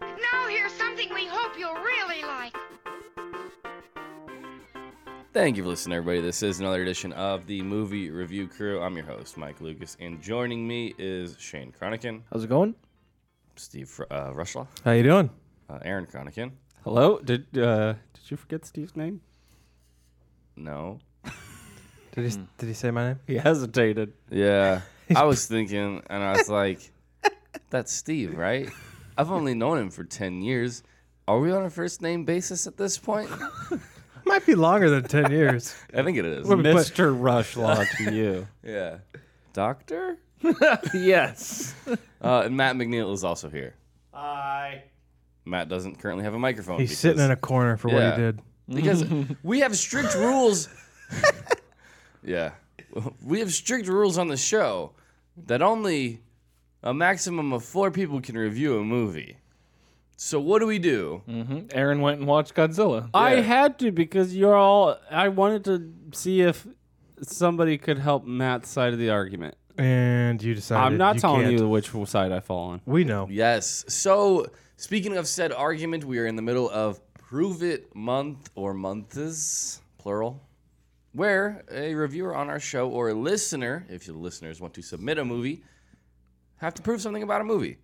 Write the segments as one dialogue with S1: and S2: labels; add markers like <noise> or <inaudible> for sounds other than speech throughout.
S1: Now here's something we hope you'll really like.
S2: Thank you for listening, everybody. This is another edition of the Movie Review Crew. I'm your host, Mike Lucas, and joining me is Shane Cronican,
S3: How's it going?
S2: Steve Fr- uh, Rushlaw,
S3: How you doing?
S2: uh, Aaron Cronican.
S4: Hello? Did uh did you forget Steve's name?
S2: No.
S3: <laughs> Did he did he say my name?
S4: Hmm. He hesitated.
S3: <laughs>
S2: Yeah. I was thinking, and I was like, that's Steve, right? <laughs> I've only known him for 10 years. Are we on a first name basis at this point?
S3: Might be longer than ten <laughs> years.
S2: I think it is.
S4: Mr. Rushlaw to
S3: <laughs>
S4: you.
S2: Yeah. Doctor?
S4: <laughs> yes.
S2: Uh, and Matt McNeil is also here. Hi. Matt doesn't currently have a microphone.
S3: He's sitting in a corner for what
S2: Yeah.
S3: he did.
S2: <laughs> because we have strict rules. <laughs> yeah, we have strict rules on the show that only a maximum of four people can review a movie. So what do we do?
S5: Aaron went and watched Godzilla.
S4: I had to because you're all I wanted to see if somebody could help Matt's side of the argument.
S3: And you decided
S4: I'm not
S3: you
S4: telling
S3: can't.
S4: you which side I fall on.
S3: We know.
S2: Yes. So speaking of said argument, we are in the middle of Prove It Month or Months, plural. Where a reviewer on our show or a listener, if your listeners want to submit a movie, have to prove something about a movie.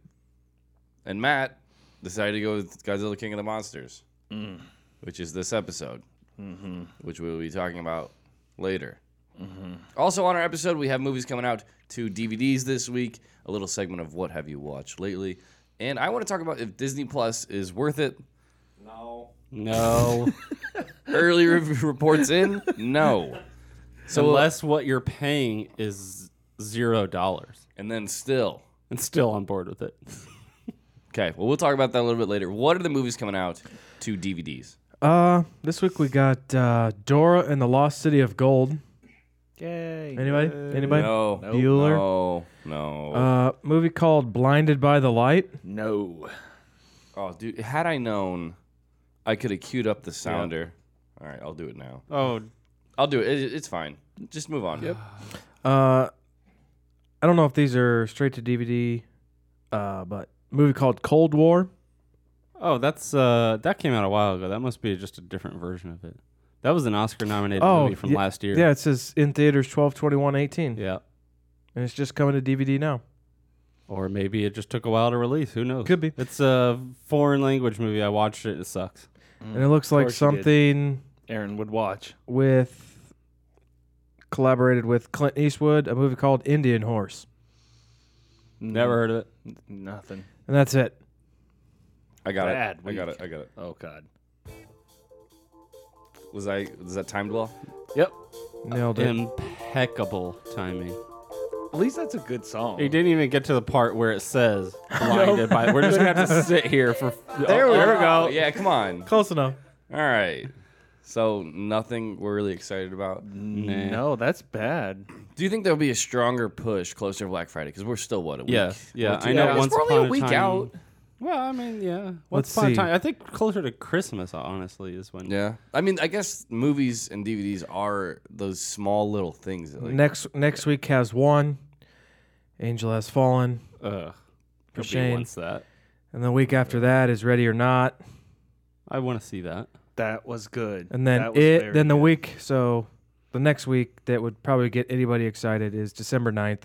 S2: And Matt decided to go with Godzilla King of the Monsters, which is this episode, which we will be talking about later. Also, on our episode, we have movies coming out to DVDs this week, a little segment of What Have You Watched Lately. And I want to talk about if Disney Plus is worth it.
S4: <laughs> No.
S2: Early rev- reports in, no. So,
S4: Unless what you're paying is zero dollars.
S2: and then still.
S4: And still on board with it.
S2: Okay, well, we'll talk about that a little bit later. What are the movies coming out to DVDs?
S3: Uh, this week we got uh, Dora and the Lost City of Gold.
S5: Yay.
S3: Anybody? Anybody?
S2: No.
S5: Oh,
S3: Bueller.
S2: No. No.
S3: Uh, movie called Blinded by the Light.
S5: No.
S2: oh, dude, had I known, I could have queued up the sounder. All right, I'll do it now.
S4: Oh,
S2: I'll do it. It- It's fine. Just move on. Yep.
S3: Uh, I don't know if these are straight to DVD, uh, but movie called Cold War.
S4: Oh, that's uh, that came out a while ago. That must be just a different version of it. That was an Oscar-nominated
S3: Oh,
S4: movie from
S3: ye-
S4: last year.
S3: Yeah, it says in theaters 12, 21, 18.
S4: yeah.
S3: And it's just coming to DVD now.
S4: Or maybe it just took a while to release. Who knows?
S3: Could be.
S4: It's a foreign language movie. I watched it. It sucks.
S3: and it looks like
S5: course you did.
S3: something
S5: Aaron would watch.
S3: with collaborated with Clint Eastwood, a movie called Indian Horse.
S4: Never heard of it.
S5: Nothing.
S3: And that's it.
S2: I got
S5: Bad
S2: it. I got
S5: week.
S2: it. I got it.
S5: Oh God.
S2: Was I? Was that timed well?
S5: Yep.
S3: Nailed it.
S4: Impeccable timing.
S5: At least that's a good song.
S4: He didn't even get to the part where it
S3: <laughs>
S4: says blinded by. We're just gonna have to sit here for. There we
S2: go. Oh, yeah, come on.
S3: Close enough.
S2: All right. So nothing we're really excited about.
S5: No, that's bad.
S2: Do you think there'll be a stronger push closer to Black Friday? Because we're still what a week.
S4: Yes. Yeah.
S2: Or two
S4: I know.
S2: hours?
S4: Once
S2: we're only
S4: upon
S2: a week
S4: time,
S2: out.
S4: Well, I mean, yeah. Once
S3: Let's
S4: upon
S3: see.
S4: a time, I think closer to Christmas, honestly, is when.
S2: Yeah. I mean, I guess movies and DVDs are those small little things. That, like,
S3: next next week has one. Angel Has Fallen.
S4: Ugh.
S3: For Shane.
S4: Wants that.
S3: And the week after that is Ready or Not.
S4: I want to see that.
S5: That was good.
S3: And then
S5: That was
S3: it
S5: very
S3: then the
S5: good.
S3: week so the next week that would probably get anybody excited is December 9th.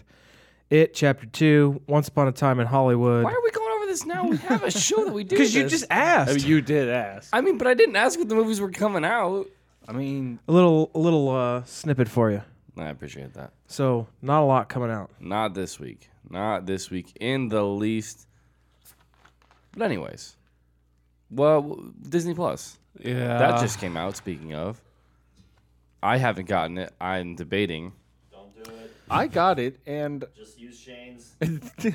S3: It chapter 2, Once Upon a Time in Hollywood.
S2: Why are we going over this now? We have a show that we do.
S3: Cuz you
S2: this.
S3: just asked.
S5: I mean, you did ask.
S2: I mean, but I didn't ask what the movies were coming out.
S5: I mean,
S3: a little a little uh, snippet for you.
S2: I appreciate that.
S3: So not a lot coming out.
S2: Not this week. Not this week in the least. But anyways, well, w- Disney Plus
S4: Yeah.
S2: that just came out. Speaking of, I haven't gotten it. I'm debating.
S5: I got it, and
S6: Just use Shane's.
S5: <laughs>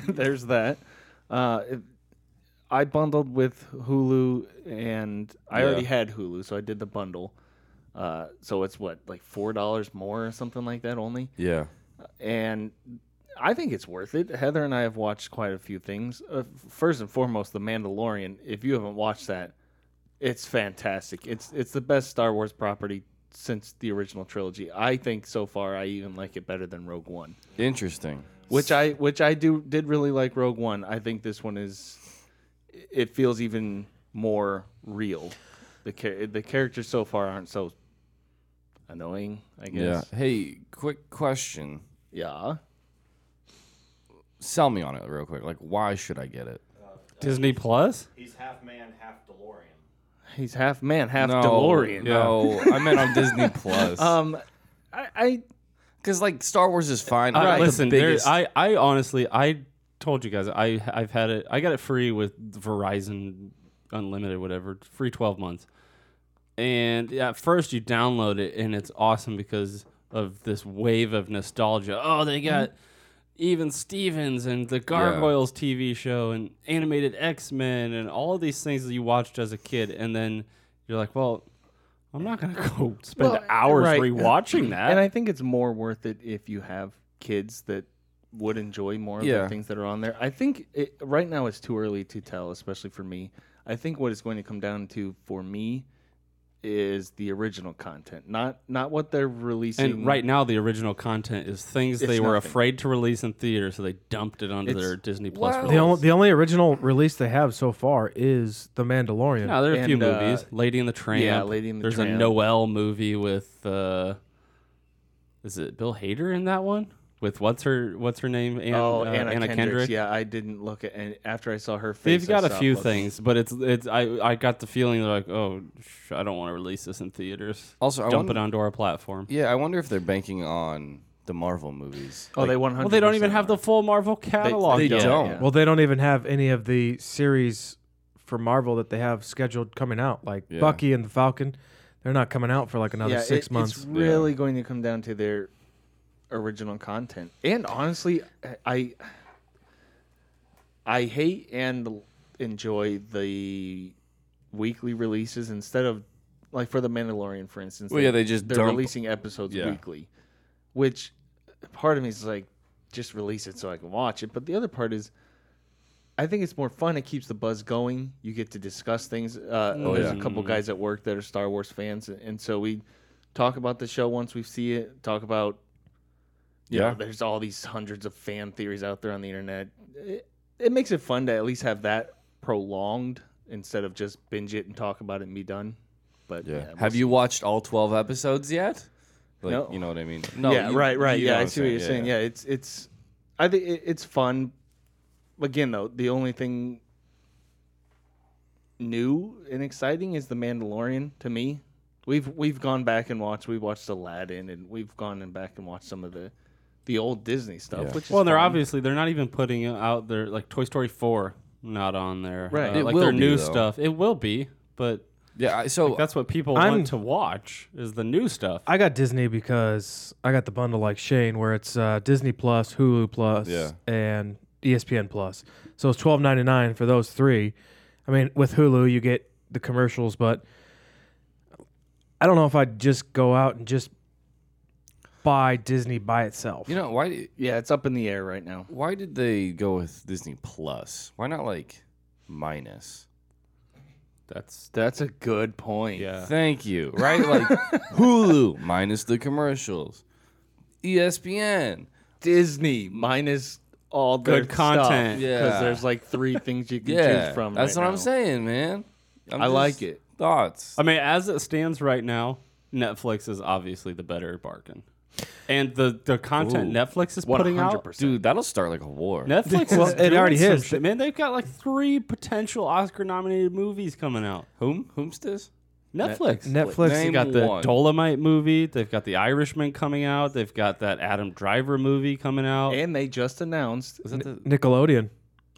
S5: there's that. Uh, it, I bundled with Hulu, and I already had Hulu, so I did the bundle. Uh, so it's what like four dollars more or something like that only.
S2: Yeah.
S5: and I think it's worth it. Heather and I have watched quite a few things. Uh, first and foremost, The Mandalorian. If you haven't watched that, it's fantastic. It's it's the best Star Wars property since the original trilogy. I think so far I even like it better than Rogue One,
S2: Interesting.
S5: which I which I do did really like Rogue One. I think this one is it feels even more real. The char- the characters so far aren't so annoying, I guess.
S2: Yeah. Hey, quick question.
S5: Yeah.
S2: Sell me on it real quick. Like, why should I get it?
S4: Disney Plus?
S6: He's half man, half DeLorean.
S5: He's half man, half DeLorean.
S2: No,
S5: <laughs>
S2: I meant on Disney Plus.
S5: Um, I, I
S2: Because like Star Wars is fine. I'm
S4: Uh,
S2: not the
S4: listen, there-
S2: biggest-
S4: I, I honestly, I told you guys, I, I've had it. I got it free with Verizon Unlimited, whatever, free twelve months. And at first, you download it, and it's awesome because of this wave of nostalgia. Oh, they got
S5: Mm-hmm.
S4: even Stevens and the Gargoyles TV show and animated X Men and all of these things that you watched as a kid, and then you're like, well. I'm not gonna go spend
S5: Well,
S4: hours
S5: right.
S4: rewatching that.
S5: and I think it's more worth it if you have kids that would enjoy more of
S2: Yeah.
S5: the things that are on there. I think it, right now it's too early to tell, especially for me. I think what it's going to come down to for me is the original content, not not what they're releasing.
S4: And right now, the original content is things
S5: It's
S4: they were
S5: nothing.
S4: afraid to release in theaters, so they dumped it onto
S5: It's-
S4: their Disney Plus.
S2: Wow.
S4: Wow.
S3: The only the only original release they have so far is The Mandalorian.
S4: no, there are a few
S5: And, uh,
S4: movies. Lady in the Tramp.
S5: yeah, Lady and the
S4: There's
S5: Tramp.
S4: a Noel movie with, uh, is it Bill Hader in that one? With what's her what's her name? Ann-
S5: oh,
S4: uh,
S5: Anna,
S4: Anna
S5: Kendrick. Yeah, I didn't look at and after I saw her face.
S4: They've
S5: I
S4: got a
S5: stopped
S4: few
S5: looking.
S4: things, but it's it's I I got the feeling they're like, oh, sh- I don't want to release this in theaters.
S2: Also, I
S4: dump
S2: wonder-
S4: it onto our platform.
S2: yeah, I wonder if they're banking on the Marvel movies.
S5: Oh, they one hundred.
S4: Well, they don't even have the full Marvel catalog.
S2: they
S4: yet.
S2: don't.
S3: Well, they don't even have any of the series for Marvel that they have scheduled coming out, like
S2: Yeah.
S3: Bucky and the Falcon. They're not coming out for like another
S5: yeah,
S3: six
S5: it-
S3: months.
S5: It's really going to come down to their original content. And honestly, I I hate and enjoy the weekly releases instead of like for the Mandalorian, for instance.
S2: Well, yeah, they just
S5: they're
S2: dump-
S5: releasing episodes
S2: Yeah.
S5: weekly, which part of me is like, just release it so I can watch it. But the other part is. I think it's more fun. It keeps the buzz going. You get to discuss things. Uh,
S2: Oh,
S5: there's a couple guys at work that are Star Wars fans, and, and so we talk about the show once we see it. Talk about you
S2: Yeah.
S5: know, there's all these hundreds of fan theories out there on the internet. It, it makes it fun to at least have that prolonged instead of just binge it and talk about it and be done. But yeah, we'll
S2: Have
S5: see.
S2: you watched all twelve episodes yet? Like,
S5: No.
S2: you know what I mean? No.
S5: yeah,
S2: Oh, you-
S5: right, right.
S2: you know
S5: yeah, I
S2: I'm
S5: see what you're saying. Yeah, it's it's. I think it, it's fun. Again, though, the only thing new and exciting is the Mandalorian to me. We've we've gone back and watched. We watched Aladdin, and we've gone and back and watched some of the the old Disney stuff.
S2: Yeah.
S5: Which is
S4: Well, and they're
S5: fun.
S4: obviously they're not even putting out their like Toy Story four not on there.
S5: Right.
S4: Uh,
S5: It
S4: like
S2: will
S4: their
S2: be,
S4: new
S2: though.
S4: stuff. It will be, but
S2: Yeah. I, so
S4: that's what people
S3: I'm-
S4: want to watch is the new stuff.
S3: I got Disney because I got the bundle like Shane, where it's uh, Disney Plus, Hulu Plus,
S2: Yeah.
S3: and E ESPN Plus. So it's twelve ninety nine for those three. I mean, with Hulu, you get the commercials, but I don't know if I'd just go out and just buy Disney by itself.
S2: you know why?
S5: yeah, it's up in the air right now.
S2: Why did they go with Disney Plus? Why not like minus?
S4: That's
S5: That's a good point. <laughs>
S4: yeah.
S2: Thank you. Right? Like Hulu minus the commercials, E ESPN.
S5: Disney minus all the
S4: Good content.
S2: Yeah.
S5: because there's like three things you can
S2: Yeah,
S5: choose from.
S2: that's
S5: right
S2: what
S5: now.
S2: I'm saying, man. I'm
S5: I
S2: just-
S5: like it.
S2: Thoughts?
S4: I mean, as it stands right now, Netflix is obviously the better bargain, and the the content
S2: Ooh.
S4: Netflix is putting out.
S5: 100%.
S2: Dude, that'll start like a war.
S4: Netflix
S3: Well,
S4: is
S3: it
S4: doing
S3: already
S4: some
S3: is.
S4: shit. Man, they've got like three potential Oscar nominated movies coming out.
S2: Whom? Whom's this?
S4: Netflix.
S3: Netflix-
S4: They
S2: Name
S4: got the
S2: one.
S4: Dolomite movie. They've got the Irishman coming out. They've got that Adam Driver movie coming out.
S5: And they just announced
S2: Is that the-
S3: Nickelodeon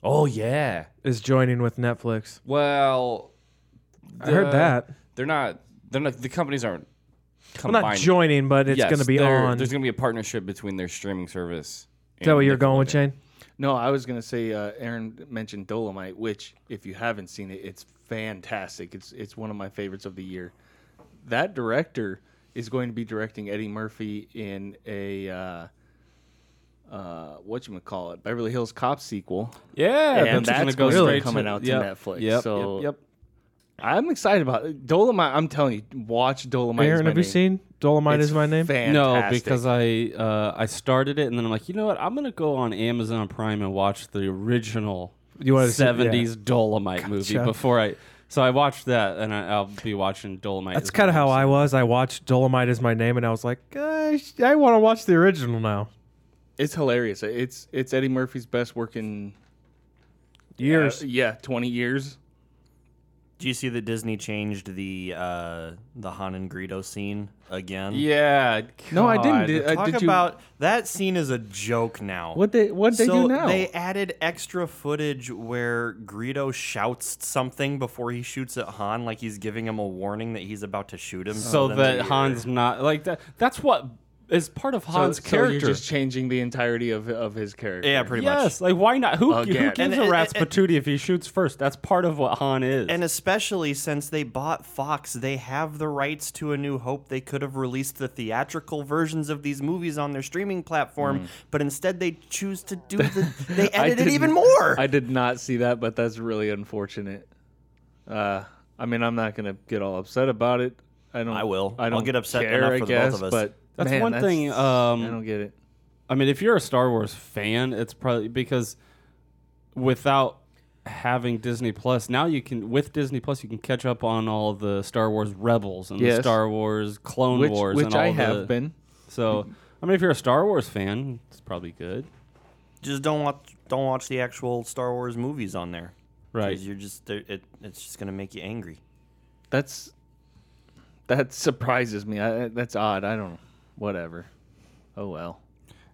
S2: oh yeah.
S3: is joining with Netflix.
S2: Well,
S3: I heard
S2: the-
S3: that.
S2: They're not. They're not. The companies aren't.
S3: I'm
S2: Combined.
S3: not joining, but it's
S2: Yes,
S3: going to be
S2: there-
S3: on.
S2: There's
S3: Is
S2: going to be a partnership between their streaming service.
S3: that
S2: and
S3: what you're going with,
S2: Nickelodeon.
S3: Shane?
S5: No, I was gonna say uh, Aaron mentioned Dolomite, which if you haven't seen it, it's fantastic. It's it's one of my favorites of the year. that director is going to be directing Eddie Murphy in a uh, uh, what you call it, Beverly Hills Cop sequel.
S4: Yeah,
S5: and
S4: that's
S5: that's,
S4: gonna go
S5: what's
S4: straight
S5: coming
S4: to-
S5: out
S4: yep,
S5: to Netflix.
S4: yep,
S5: so
S4: yep,
S5: I'm excited about it. Dolomite. I'm telling you, watch Dolomite. Is
S3: Aaron,
S5: My
S3: have you
S5: Name.
S3: seen Dolomite
S5: It's
S3: is my name?
S5: Fantastic.
S4: No, because I uh, I started it and then I'm like, you know what? I'm gonna go on Amazon Prime and watch the original
S3: You wanted to see- yeah.
S4: '70s Dolomite movie
S3: Gotcha.
S4: before I. So I watched that and I, I'll be watching Dolomite.
S3: That's
S4: as
S3: kind of
S4: well,
S3: how
S4: so-
S3: I was. I watched Dolomite is my name, and I was like, "Gosh, I want to watch the original now.
S5: it's hilarious. It's it's Eddie Murphy's best work in
S3: Years.
S5: uh, yeah, 20 years.
S7: Do you see that Disney changed the uh, the Han and Greedo scene again?
S4: Yeah.
S5: No, I didn't.
S4: God.
S5: Did, uh,
S7: Talk
S5: did you?
S7: about that scene is a joke now.
S5: What they- what'd they do
S7: So
S5: now?
S7: They added extra footage where Greedo shouts something before he shoots at Han, like he's giving him a warning that he's about to shoot him.
S4: So
S7: Oh, then
S4: that
S7: they-
S4: Han's not like that. That's what is part of
S5: So-
S4: Han's
S5: so
S4: character.
S5: you're just changing the entirety of of his character.
S7: yeah, pretty much.
S4: yes, like why not? Who, who
S5: Again.
S4: gives
S7: And-
S4: a
S7: and-
S4: rat's patootie if he shoots first? That's part of what Han is.
S7: And especially since they bought Fox, they have the rights to A New Hope. They could have released the theatrical versions of these movies on their streaming platform,
S4: Mm.
S7: but instead they choose to do
S4: <laughs>
S7: the. They
S5: I
S7: edited even
S5: didn't-
S7: more.
S5: I did not see that, but that's really unfortunate. Uh, I mean, I'm not gonna get all upset about it. I don't.
S7: I will.
S5: I
S7: I'll
S5: don't
S7: get upset
S5: care,
S7: enough for
S5: I
S7: the both
S5: guess,
S7: of us.
S5: But
S4: That's
S5: man,
S4: one thing, um,
S5: I don't get it.
S4: I mean, if you're a Star Wars fan, it's probably because without having Disney Plus, now you can with Disney Plus you can catch up on all the Star Wars Rebels and
S5: Yes.
S4: the Star Wars Clone
S5: Which,
S4: Wars,
S5: which
S4: and all
S5: I have
S4: the-
S5: been.
S4: So, I mean, if you're a Star Wars fan, it's probably good,
S7: just don't watch. Don't watch the actual Star Wars movies on there. 'Cause
S4: right?
S7: You're just. they're- It, it's just gonna make you angry.
S5: That's that surprises me. I, that's odd. I don't. know. Whatever. Oh well.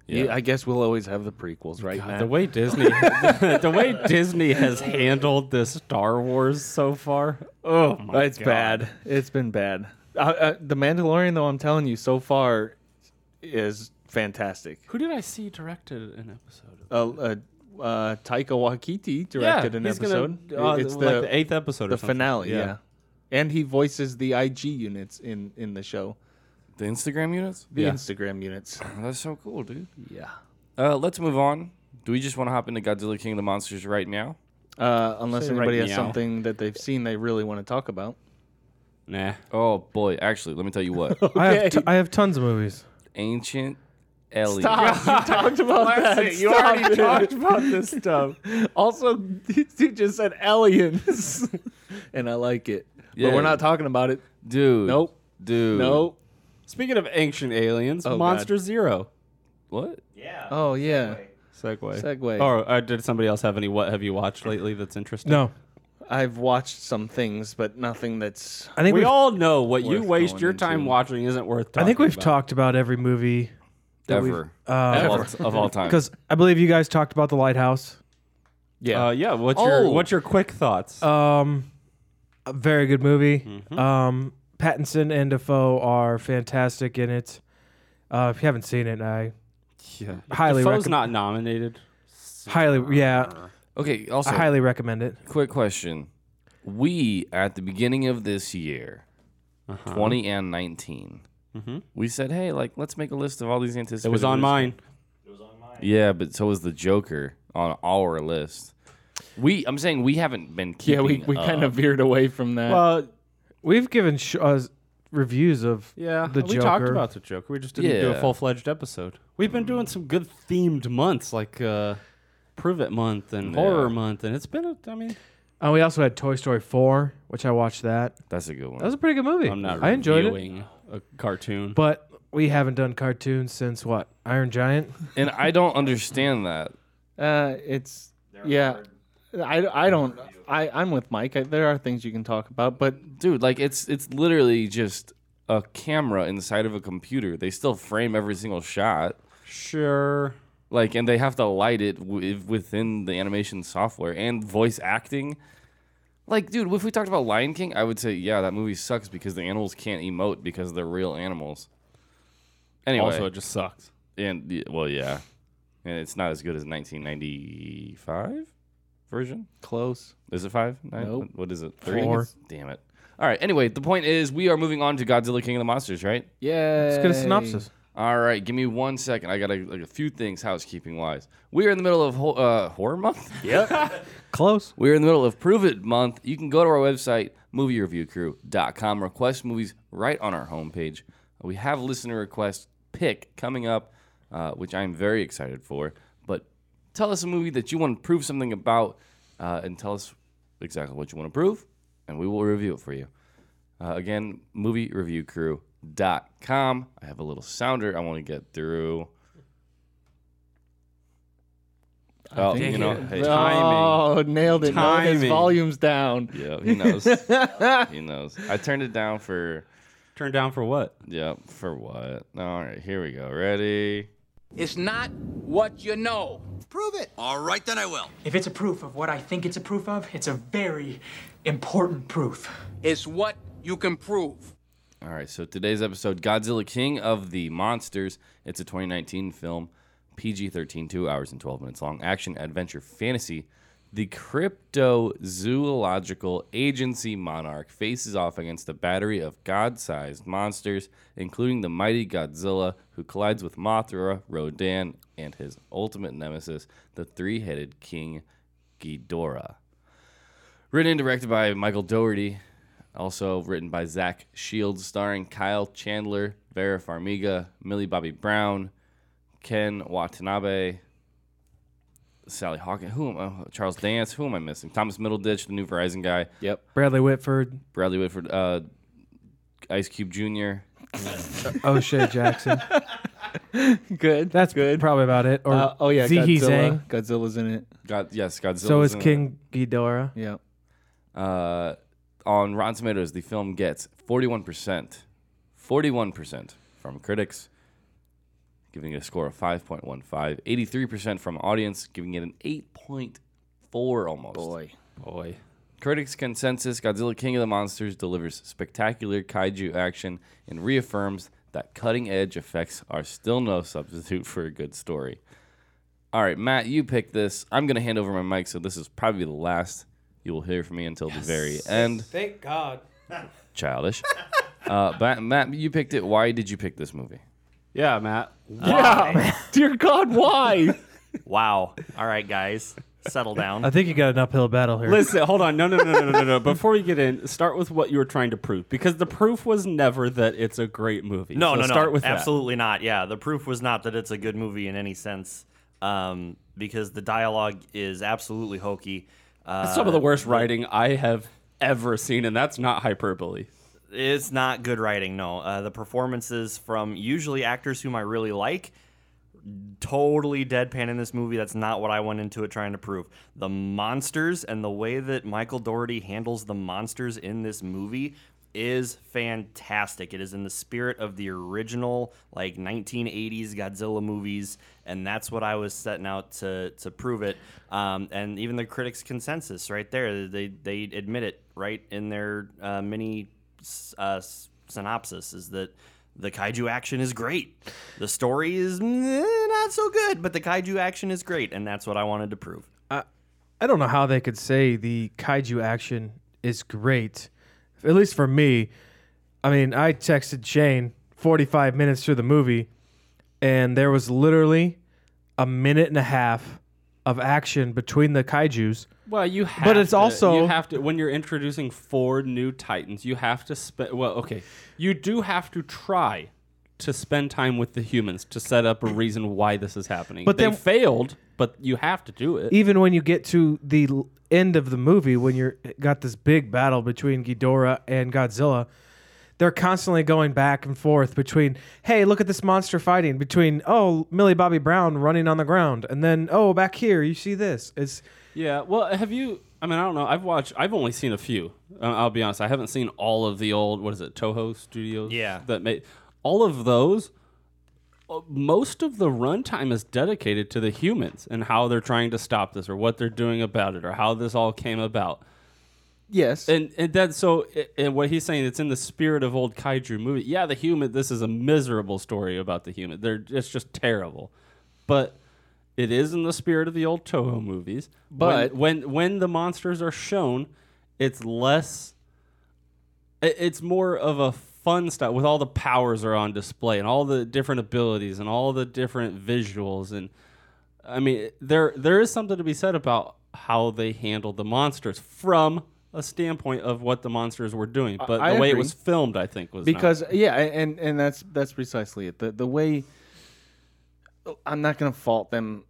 S5: Yeah.
S4: Yeah.
S5: I guess we'll always have the prequels, right?
S4: God,
S5: Matt?
S4: the way Disney, <laughs> the way Disney has handled this Star Wars so far, oh my
S5: it's bad. It's been bad. Uh, uh, the Mandalorian, though, I'm telling you, so far is fantastic.
S4: Who did I see directed an episode? Of?
S5: Uh, uh, uh, Taika Waititi directed an
S4: he's
S5: episode.
S4: Gonna, uh,
S5: it's the,
S4: like the eighth episode, or
S5: the
S4: something.
S5: finale, yeah. And he voices the IG units in in the show,
S2: The Instagram units? Oh,
S5: the
S4: Yeah.
S5: Instagram units.
S2: That's so cool, dude.
S5: Yeah.
S2: Uh, let's move on. Do we just want to hop into Godzilla King of the Monsters right now?
S5: Uh, unless
S4: Say right
S5: anybody has
S4: meow.
S5: something that they've seen they really want to talk about.
S4: Nah.
S2: Oh boy, actually, let me tell you what.
S4: <laughs>
S3: I have t- I have tons of <laughs> movies.
S2: Ancient Ellie.
S3: Ah,
S5: you <laughs> talked about that. You already talked
S4: about this stuff.
S5: <laughs> Also, you just said aliens, and I like it. But
S2: Yeah.
S5: we're not talking about it.
S2: Dude.
S5: Nope.
S2: Dude.
S5: Nope.
S4: Speaking of ancient aliens,
S5: Oh,
S4: Monster Zero.
S2: What?
S6: Yeah.
S5: Oh yeah.
S4: Segway.
S5: Segue.
S4: Or uh, did somebody else have any? What have you watched lately that's interesting?
S3: No,
S5: I've watched some things, but nothing that's.
S3: I think
S4: We
S3: we've,
S4: all know what you
S2: Worth
S4: waste
S2: going
S4: your time
S2: into.
S4: watching isn't worth. Talking
S3: I think we've
S4: about.
S3: talked about every movie
S2: Ever.
S3: uh,
S2: Of, all, of all time.
S3: because I believe you guys talked about the Lighthouse.
S5: Yeah.
S4: Uh, <laughs> yeah. Uh, What's
S2: Oh.
S4: your What's your quick thoughts?
S3: Um, a very good movie.
S4: Mm-hmm.
S3: Um, Pattinson and Defoe are fantastic in it. Uh, if you haven't seen it, I
S4: yeah.
S3: highly
S4: Defoe's
S3: recommend.
S4: not nominated.
S3: highly, yeah,
S2: okay, also,
S3: I highly recommend it.
S2: quick question. We, at the beginning of this year, 20 and 19, we said, hey, like, let's make a list of all these anticipated.
S4: It was on
S2: movies.
S4: mine.
S2: Yeah, but so was the Joker on our list. We, I'm saying we haven't been
S5: yeah,
S2: keeping
S5: we, we kind
S2: up.
S5: of veered away from that.
S4: Well,
S3: We've given sh- uh, reviews of
S4: yeah.
S3: the
S4: we
S3: Joker.
S4: talked about the Joker. We just didn't do
S2: Yeah.
S4: a full fledged episode. We've been doing some good themed months like uh, Prove It Month and Horror Month, and it's been. A, I mean,
S3: Uh, we also had Toy Story Four, which I watched. That
S2: That's a good one.
S3: that was a pretty good movie.
S4: I'm not.
S3: I enjoyed it,
S4: reviewing a cartoon.
S3: but we haven't done cartoons since what Iron Giant.
S2: and I don't understand that.
S5: <laughs> uh, it's yeah. I, I don't I I'm with Mike. I, there are things you can talk about, but
S2: Dude, like it's it's literally just a camera inside of a computer. They still frame every single shot.
S4: Sure.
S2: Like and they have to light it wi- within the animation software and voice acting. Like, dude, if we talked about Lion King, I would say, yeah, that movie sucks because the animals can't emote because they're real animals. Anyway,
S4: Also, it just sucks.
S2: and y- well, yeah, and it's not as good as 1995 version.
S5: close.
S2: Is it five? Nine?
S5: Nope.
S2: What- What is it? Three?
S5: Four.
S2: Damn it. All right. Anyway, the point is we are moving on to Godzilla King of the Monsters, right?
S5: Yeah.
S3: Let's get a synopsis.
S2: All right, give me one second. I got a, like a few things housekeeping wise. We are in the middle of ho- uh, horror month.
S5: Yep.
S3: Close.
S2: We're in the middle of Prove It month. You can go to our website, moviereviewcrew.com, request movies right on our homepage. We have listener request pick coming up, uh, which I'm very excited for. But tell us a movie that you want to prove something about uh, and tell us exactly what you want to prove, and we will review it for you. Uh, again, moviereviewcrew.com. I have a little sounder I want to get through. Oh,
S5: think
S2: you
S5: it- <laughs>
S2: know, hey,
S5: Oh, nailed it. Now his
S4: Timing.
S5: volume's down.
S2: Yeah, he knows. he knows. I turned it down for.
S4: Turned down for what?
S2: Yeah, for what? All right, here we go. Ready?
S8: It's not what you know. Prove it. All right, then I will.
S9: If it's a proof of what I think it's a proof of, it's a very important proof.
S8: It's what you can prove.
S2: All right, so today's episode Godzilla King of the Monsters. It's a 2019 film, PG 13, two hours and 12 minutes long, action, adventure, fantasy. The Cryptozoological Agency Monarch faces off against a battery of god sized monsters, including the mighty Godzilla, who collides with Mothra, Rodan, and his ultimate nemesis, the three headed King Ghidorah. Written and directed by Michael Dougherty. Also written by Zach Shields, starring Kyle Chandler, Vera Farmiga, Millie Bobby Brown, Ken Watanabe, Sally Hawkins. Who am I? Charles Dance. Who am I missing? Thomas Middleditch, the new Verizon guy. Yep.
S3: Bradley Whitford.
S2: Bradley Whitford, uh, Ice Cube Jr.
S3: O'Shea Jackson.
S5: <laughs> good.
S3: That's good. Probably about it. Or
S5: Uh, oh yeah,
S3: Ziggy
S5: Godzilla.
S3: Zang.
S5: Godzilla's in it.
S2: God, yes, Godzilla.
S3: So is King Ghidorah.
S5: Yeah.
S2: Uh, on Rotten Tomatoes, the film gets 41%, 41% from critics, giving it a score of 5.15, 83% from audience, giving it an 8.4 almost. Boy.
S4: Boy.
S2: Critics' consensus Godzilla King of the Monsters delivers spectacular kaiju action and reaffirms that cutting edge effects are still no substitute for a good story. All right, Matt, you pick this. I'm going to hand over my mic, so this is probably the last you will hear from me until the very end.
S4: <laughs>
S3: Thank God.
S2: Childish. uh, but Matt, you picked it. Why did you pick this movie?
S4: Yeah, Matt.
S5: Yeah. <laughs> Dear God, why?
S7: Wow. All right, guys, settle down.
S3: I think you got an uphill battle
S4: <laughs>
S3: here.
S4: Listen, hold on. No, no, no, no, no, no, no. Before we get in, start with what you were trying to prove because the proof was never that it's a great movie.
S7: No,
S4: So
S7: no, no.
S4: Start with that.
S7: absolutely not. Yeah, the proof was not that it's a good movie in any sense, um, because the dialogue is absolutely hokey. Uh,
S4: That's some of the worst writing I have ever seen, and that's not hyperbole.
S7: It's not good writing. No, uh, the performances from usually actors whom I really like. Totally deadpan in this movie. That's not what I went into it trying to prove. The monsters and the way that Michael Dougherty handles the monsters in this movie is fantastic. It is in the spirit of the original, like 1980s Godzilla movies, and that's what I was setting out to to prove it. Um, and even the critics' consensus, right there, they they admit it right in their uh, mini s- uh, s- synopsis is that the kaiju action is great. The story is meh, not so good, but the kaiju action is great, and that's what I wanted to prove.
S3: I, I don't know how they could say the kaiju action is great. At least for me. I mean, I texted Shane 45 minutes through the movie, and there was literally a minute and a half of action between the kaijus.
S4: Well, you have
S3: But it's
S4: to-
S3: also-
S4: you have to when you're introducing four new titans, you have to spend well, okay. You do have to try to spend time with the humans to set up a reason why this is happening.
S3: But
S4: But they
S3: then-
S4: failed, but you have to do it.
S3: Even when you get to the l- end of the movie, when you're got this big battle between Ghidorah and Godzilla, they're constantly going back and forth between, hey, look at this monster fighting, between, oh, Millie Bobby Brown running on the ground, and then, oh, back here, you see this. It's
S4: Yeah. Well, have you? I mean, I don't know. I've watched. I've only seen a few. Uh, I'll be honest. I haven't seen all of the old. What is it? Toho Studios.
S7: Yeah.
S4: That made all of those. uh, Most of the runtime is dedicated to the humans and how they're trying to stop this, or what they're doing about it, or how this all came about.
S5: Yes.
S4: And and that so i- and what he's saying, it's in the spirit of old kaiju movie. Yeah, the human. This is a miserable story about the human. They're it's just terrible, but it is in the spirit of the old Toho movies. When-
S5: But-
S4: when when, the monsters are shown, it's less It- It's more of a fun style with all the powers are on display and all the different abilities and all the different visuals and I mean there there is something to be said about how they handled the monsters from a standpoint of what the monsters were doing,
S5: I-
S4: but
S5: I
S4: the way it
S5: agree.
S4: was filmed, I think, was not-
S5: because yeah, a- and and that's that's precisely it. The the way I'm not gonna fault them.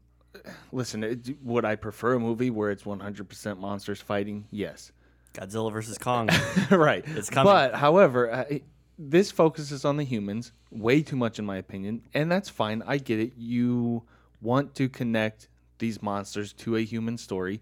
S5: Listen, it, would I prefer a movie where it's 100% monsters fighting? Yes.
S7: Godzilla versus Kong.
S5: <laughs> right.
S7: It's coming.
S5: But however, uh, it- this focuses on the humans way too much, in my opinion, and that's fine. I get it. You want to connect these monsters to a human story.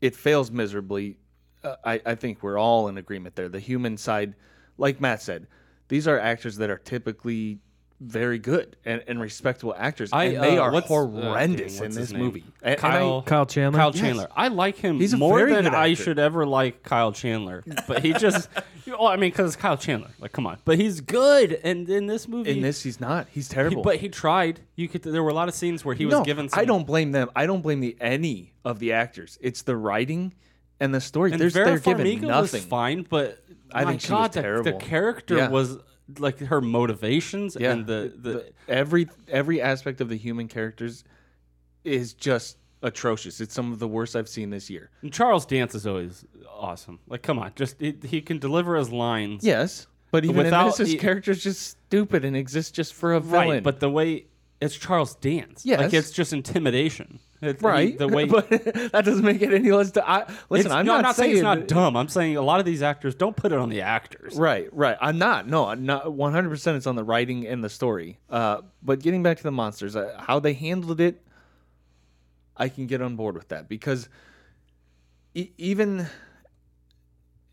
S5: It fails miserably. Uh, I, I think we're all in agreement there. The human side, like Matt said, these are actors that are typically very good and, and respectable actors,
S4: I,
S5: and they
S4: uh,
S5: are
S4: what's- uh, dang,
S5: horrendous in
S4: what's his
S5: this
S4: name?
S5: movie. A- and I-
S4: Kyle,
S3: Kyle Chandler?
S4: Kyle
S3: Yes.
S4: Chandler. I like him
S3: He's a
S4: more
S3: very
S4: than
S3: good
S4: I
S3: actor.
S4: should ever like Kyle Chandler, but he
S5: <laughs>
S4: just. you know, I mean, because Kyle Chandler, like, come on. But he's good, and in this movie,
S5: in this, he's not. He's
S4: he-
S5: terrible.
S4: but he tried. You could. There were a lot of scenes where he was
S5: No,
S4: given. Some,
S5: I don't blame them. I don't blame the any of the actors. It's the writing and the story.
S4: And
S5: There's,
S4: Vera
S5: they're given
S4: Farmiga
S5: nothing.
S4: was fine, but
S5: I
S4: my
S5: think she was
S4: God, the- the,
S5: terrible.
S4: character
S5: Yeah.
S4: was like her motivations
S5: Yeah.
S4: and the, the
S5: every every aspect of the human characters is just atrocious. It's some of the worst I've seen this year.
S4: And Charles Dance is always awesome. Like, come on, just he, he can deliver his lines.
S5: Yes, but even in this, his
S4: e-
S5: character's just stupid and exists just for a
S4: right,
S5: villain.
S4: but the way it's Charles Dance.
S5: Yes.
S4: like it's just intimidation. It- he-
S5: right, <laughs>
S4: the way.
S5: but that doesn't make it any less. d I listen,
S4: It's-
S5: I'm,
S4: no,
S5: not
S4: I'm not saying it's not
S5: <laughs> that-
S4: dumb. I'm saying a lot of these actors don't put it on the actors.
S5: Right, right. I'm not. No, I'm not. 100% it's on the writing and the story. Uh, but getting back to the monsters, uh, how they handled it, I can get on board with that because e- even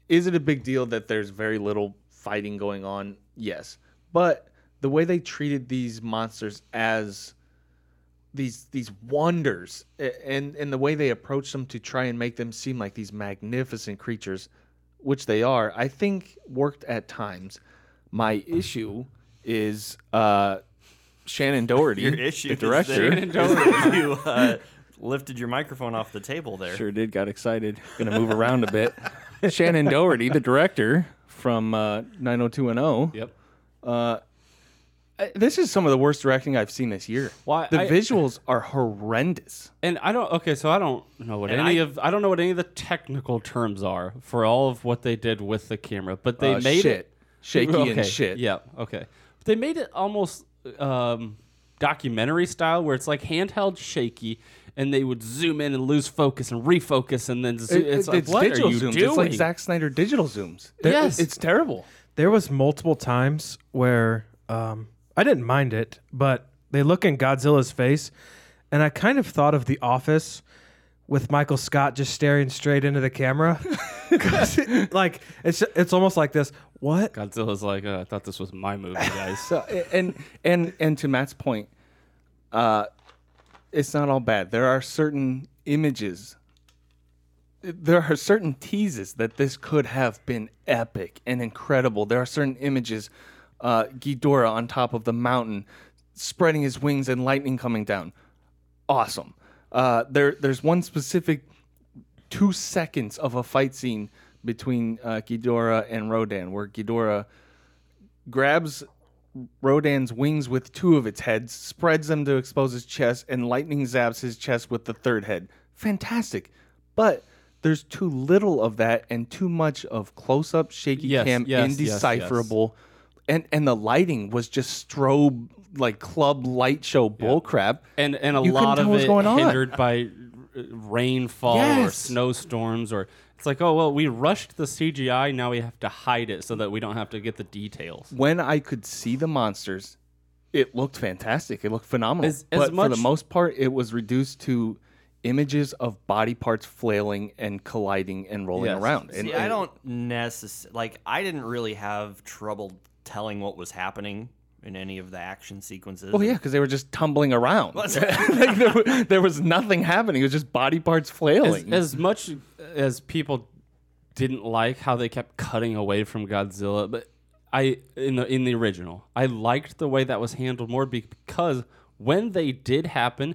S5: is it a big deal that there's very little fighting going on? Yes. But the way they treated these monsters as these these wonders a- and and the way they approach them to try and make them seem like these magnificent creatures which they are i think worked at times my issue is uh shannon doherty
S7: Your issue,
S5: the
S7: is that-
S5: director
S7: is that <laughs> you <laughs> uh, lifted your microphone off the table there.
S10: Sure did. Got excited. Gonna move around a bit. Shannon Doherty, the director from uh, 90210.
S4: Yep.
S10: Uh, I- this is some of the worst directing I've seen this year.
S4: Why
S10: the
S4: I-
S10: visuals are horrendous.
S4: And I don't. Okay, so I don't know what
S10: And
S4: any
S10: I-
S4: of. I don't know what any of the technical terms are for all of what they did with the camera, but they
S10: Uh,
S4: made
S10: shit.
S4: it
S10: Shaky and
S4: Okay,
S10: shit.
S4: Yeah. Okay. But they made it almost um, documentary style, where it's like handheld shaky, and they would zoom in and lose focus and refocus, and then zo-
S5: It-
S4: it's
S5: it-
S4: like what
S5: digital
S4: are you
S5: zooms.
S4: doing?
S5: It's like Zack Snyder digital zooms. They're-
S4: Yes.
S5: it's terrible.
S3: There was multiple times where um, I didn't mind it, but they look in Godzilla's face, and I kind of thought of The Office with Michael Scott just staring straight into the camera. <laughs> 'Cause it- like it's it's almost like this. What
S4: Godzilla's like? Uh, I thought this was my movie, guys.
S5: So and and and to Matt's point, uh, it's not all bad. There are certain images, there are certain teases that this could have been epic and incredible. There are certain images, uh, Ghidorah on top of the mountain, spreading his wings and lightning coming down. Awesome. Uh, there there's one specific two seconds of a fight scene between uh, Ghidorah and Rodan, where Ghidorah grabs Rodan's wings with two of its heads, spreads them to expose his chest, and lightning zaps his chest with the third head. Fantastic. But there's too little of that and too much of close up, shaky
S4: Yes,
S5: cam,
S4: yes, yes,
S5: indecipherable. And and the lighting was just strobe like club light show bull crap.
S4: and and a
S5: You couldn't
S4: lot
S5: tell
S4: of
S5: what was
S4: it
S5: going on.
S4: hindered by r- rainfall or
S5: Yes.
S4: snowstorms or it's like oh well we rushed the CGI now we have to hide it so that we don't have to get the details.
S5: when I could see the monsters, it looked fantastic. It looked phenomenal.
S4: As- as
S5: but for
S4: much-
S5: the most part, it was reduced to images of body parts flailing and colliding and rolling around. And,
S7: See, I don't necessarily like. I didn't really have trouble telling what was happening in any of the action sequences.
S5: Well, Oh, yeah, because they were just tumbling around.
S7: What's-
S5: <laughs> like there, wa- there was nothing happening. It was just body parts
S4: As,
S5: flailing.
S4: as much as people didn't like how they kept cutting away from Godzilla, but I in the in the original I liked the way that was handled more because when they did happen,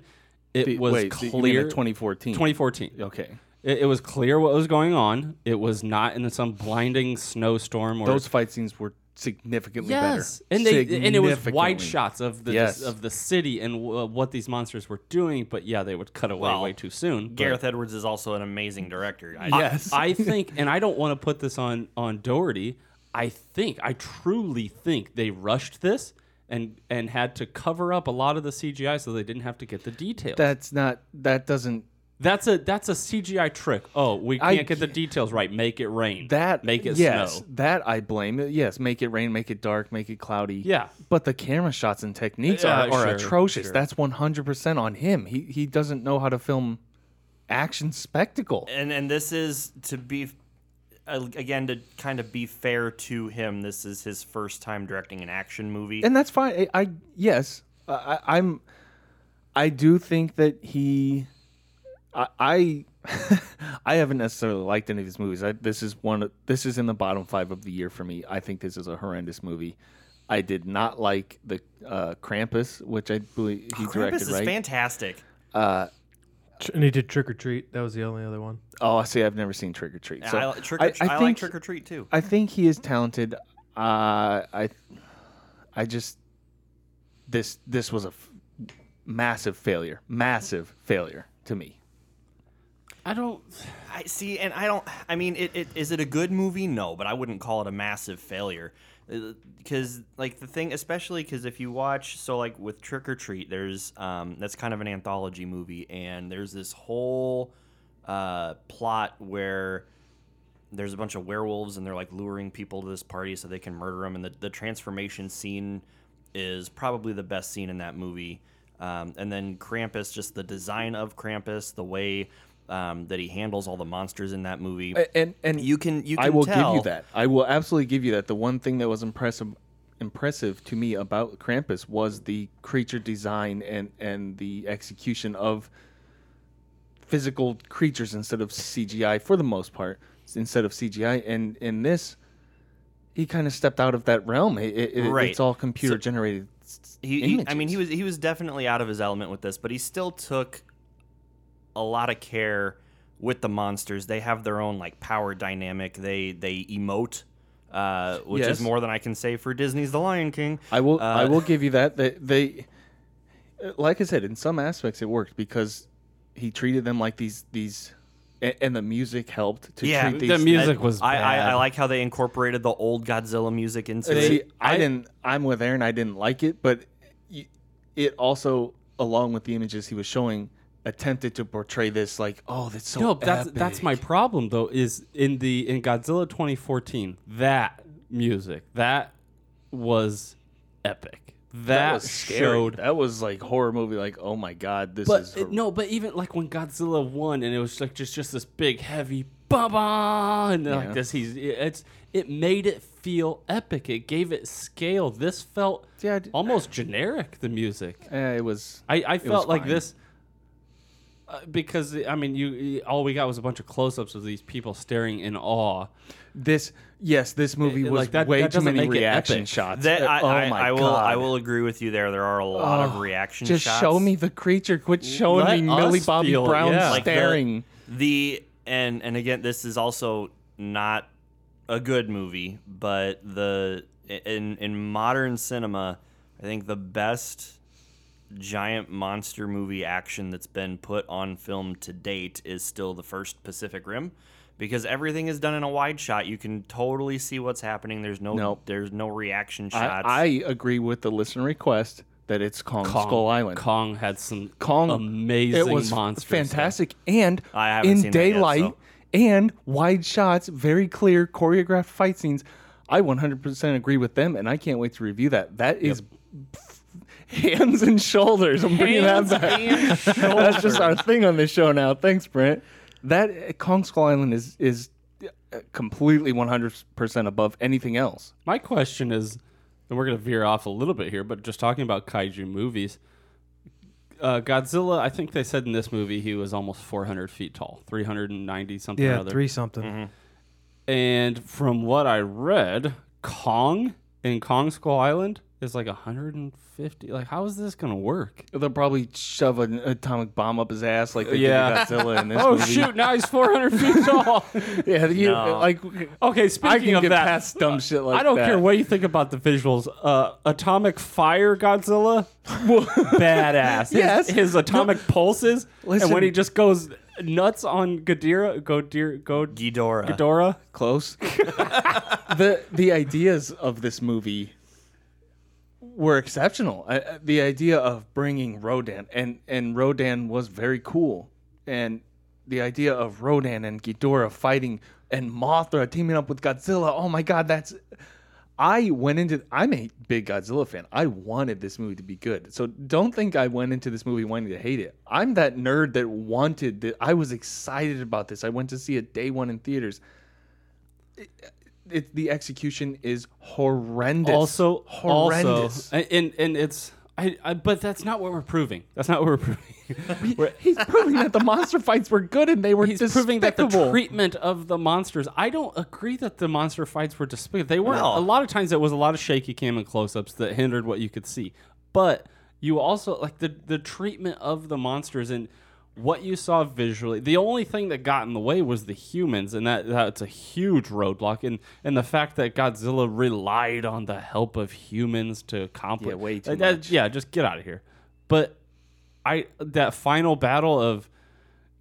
S4: it
S5: The-
S4: was
S5: wait, the- you mean the
S4: clear.
S5: 2014?
S4: 2014.
S5: Okay.
S4: It, it was clear what was going on. It was not in some blinding snowstorm. Or
S10: Those fight scenes were significantly
S4: yes,
S10: better.
S4: and they and it was
S10: Significantly.
S4: wide shots of the
S10: Yes.
S4: of the city and w- what these monsters were doing. But yeah, they would cut away
S7: Well,
S4: way too soon. but-
S7: Gareth Edwards is also an amazing director. I-
S4: I-
S10: <laughs>
S4: I, think, and I don't want to put this on on Doherty. I think, I truly think they rushed this and and had to cover up a lot of the CGI so they didn't have to get the details.
S10: That's not. That doesn't.
S4: that's a that's a CGI trick. Oh, we
S10: I
S4: can't get the details right. Make it rain.
S10: That
S4: make it
S10: yes,
S4: snow.
S10: that I blame. Yes, make it rain, make it dark, make it cloudy.
S4: Yeah.
S10: but the camera shots and techniques are,
S4: Yeah,
S10: are
S4: sure,
S10: atrocious.
S4: sure.
S10: That's one hundred percent on him. He he doesn't know how to film action spectacle.
S7: and and this is to be uh, again to kind of be fair to him. This is his first time directing an action movie.
S10: and that's fine. I, I yes, I, I- I'm. I do think that he, I, I, I haven't necessarily liked any of his movies. I, this is one. of- This is in the bottom five of the year for me. I think this is a horrendous movie. I did not like the uh, Krampus, which I believe he
S7: Krampus
S10: directed.
S7: is
S10: right?
S7: fantastic.
S10: Uh,
S3: Tr- And he did Trick or Treat. That was the only other one.
S10: Oh, I see. I've never seen Trick or Treat.
S7: Yeah,
S10: So
S7: I li- Trick or- I like Trick or Treat, too.
S10: I think he is talented. Uh, I, I just this this was a f- massive failure, massive failure to me.
S4: I don't.
S7: I see, and I don't. I mean, it, it is it a good movie? No, but I wouldn't call it a massive failure. Because like the thing, especially because if you watch, so like with Trick or Treat, there's um that's kind of an anthology movie, and there's this whole uh plot where there's a bunch of werewolves and they're like luring people to this party so they can murder them. And the, the transformation scene is probably the best scene in that movie. Um, and then Krampus, just the design of Krampus, the way um, that he handles all the monsters in that movie.
S10: And and
S7: you can you can
S10: I will
S7: tell-
S10: give you that. I will absolutely give you that. The one thing that was impressive impressive to me about Krampus was the creature design and and the execution of physical creatures instead of CGI for the most part instead of CGI and in this he kind of stepped out of that realm it, it- it-
S7: Right.
S10: it's all computer
S7: So-
S10: generated
S7: He, he- I mean, he was he was definitely out of his element with this, but he still took a lot of care with the monsters. They have their own like power dynamic. They they emote, uh, which
S10: Yes.
S7: is more than I can say for Disney's The Lion King.
S10: I will. I
S7: Uh,
S10: will give you that. They, they, like I said, in some aspects it worked because he treated them like these these, a- and the music helped to
S7: yeah,
S10: treat these.
S7: I, I I like how they incorporated the old Godzilla music into
S10: See,
S7: it.
S10: I, didn't. I'm with Aaron. I didn't like it, but y- it also, along with the images he was showing, attempted to portray this like, oh, that's so.
S4: no, but that's that's
S10: epic.
S4: my problem though. Is in the in Godzilla 2014 that music that was epic. That,
S10: was scary.
S4: showed
S10: That was like horror movie. Like, oh my god, this
S4: but
S10: is.
S4: it- no, but even like when Godzilla won, and it was like just just this big heavy ba ba, and then
S10: Yeah.
S4: like this, he's it's it made it feel epic. It gave it scale. This felt almost generic. The music.
S10: Yeah, it was.
S4: I, I
S10: it was
S4: felt like
S10: fine.
S4: this uh, because I mean you, you all we got was a bunch of close ups of these people staring in awe.
S10: This yes, this movie was
S4: like that-
S10: way
S4: that
S10: too
S4: doesn't
S10: many
S4: make it
S10: reaction
S4: epic. <laughs>
S10: shots.
S7: That, I,
S10: oh
S7: I,
S10: my
S7: I will
S10: god!
S7: I will agree with you there. There are a lot
S10: Oh,
S7: of reaction
S10: Just
S7: shots.
S10: show me the creature. Quit showing
S7: Let
S10: me Millie
S7: us
S10: Bobby
S7: feel it,
S10: Brown
S7: yeah. Like the-
S10: staring.
S7: the and and again, this is also not a good movie, but the in in modern cinema, I think the best giant monster movie action that's been put on film to date is still the first Pacific Rim because everything is done in a wide shot. You can totally see what's happening. There's no
S10: Nope.
S7: there's no reaction
S10: I,
S7: shots.
S10: I agree with the listener request that it's Kong,
S4: Kong-
S10: Skull Island.
S4: Kong had some
S10: Kong,
S4: amazing
S10: it was
S4: monsters.
S10: fantastic, and
S7: I haven't
S10: in
S7: seen that yet,
S10: daylight
S7: so-
S10: and wide shots, very clear choreographed fight scenes. I 100% agree with them, and I can't wait to review that. That is hands and shoulders. I'm bringing
S8: Hands
S10: that back.
S8: and
S10: <laughs> That's just our thing on this show now. Thanks, Brent. That uh, Kong Skull Island is is uh, completely 100% above anything else.
S4: My question is, and we're gonna veer off a little bit here, but just talking about kaiju movies. Uh, Godzilla, I think they said in this movie he was almost 400 feet tall, 390 something. or
S3: Yeah,
S5: Mm-hmm.
S4: other.
S3: three something.
S4: And from what I read, Kong in Kong Skull Island is like 150. Like, how is this going to work?
S5: They'll probably shove an atomic bomb up his ass like they
S4: Yeah.
S5: did to Godzilla in this
S4: <laughs> Oh,
S5: movie.
S4: shoot, now he's 400 feet <laughs> tall.
S5: yeah, you,
S4: No.
S5: like
S4: Okay,
S5: I
S4: speaking
S5: can
S4: of
S5: get
S4: that, <laughs>
S5: past dumb shit like
S4: I don't
S5: that.
S4: care what you think about the visuals. Uh, atomic fire
S5: <laughs>
S4: Godzilla, badass. His-
S5: Yes.
S4: his, atomic pulses, and
S5: Listen.
S4: when he just goes nuts on Ghidorah, go dear, go
S7: Ghidorah,
S4: Ghidorah. <laughs>
S5: Close. the the ideas of this movie were exceptional. I- I, the idea of bringing Rodan and and Rodan was very cool, and the idea of Rodan and Ghidorah fighting and Mothra teaming up with Godzilla. Oh my God, that's. I went into. I'm a big Godzilla fan. I wanted this movie to be good, so don't think I went into this movie wanting to hate it. I'm that nerd that wanted that. I was excited about this. I went to see it day one in theaters it, the execution is horrendous.
S4: Also,
S5: horrendous.
S4: Also, and and it's. I, I, but that's not what we're proving. That's not what we're proving.
S5: <laughs>
S4: We're-
S5: <laughs> he's proving that the monster fights were good and they were
S4: He's
S5: despicable.
S4: proving that the treatment of the monsters. I don't agree that the monster fights were despicable. They were
S7: No.
S4: a lot of times. It was a lot of shaky cam and close-ups that hindered what you could see. But you also like the the treatment of the monsters and what you saw visually. The only thing that got in the way was the humans, and that that's a huge roadblock. And and the fact that Godzilla relied on the help of humans to accomplish.
S5: Yeah, way too
S4: Like, that-
S5: much.
S4: Yeah, just get out of here. But I that final battle of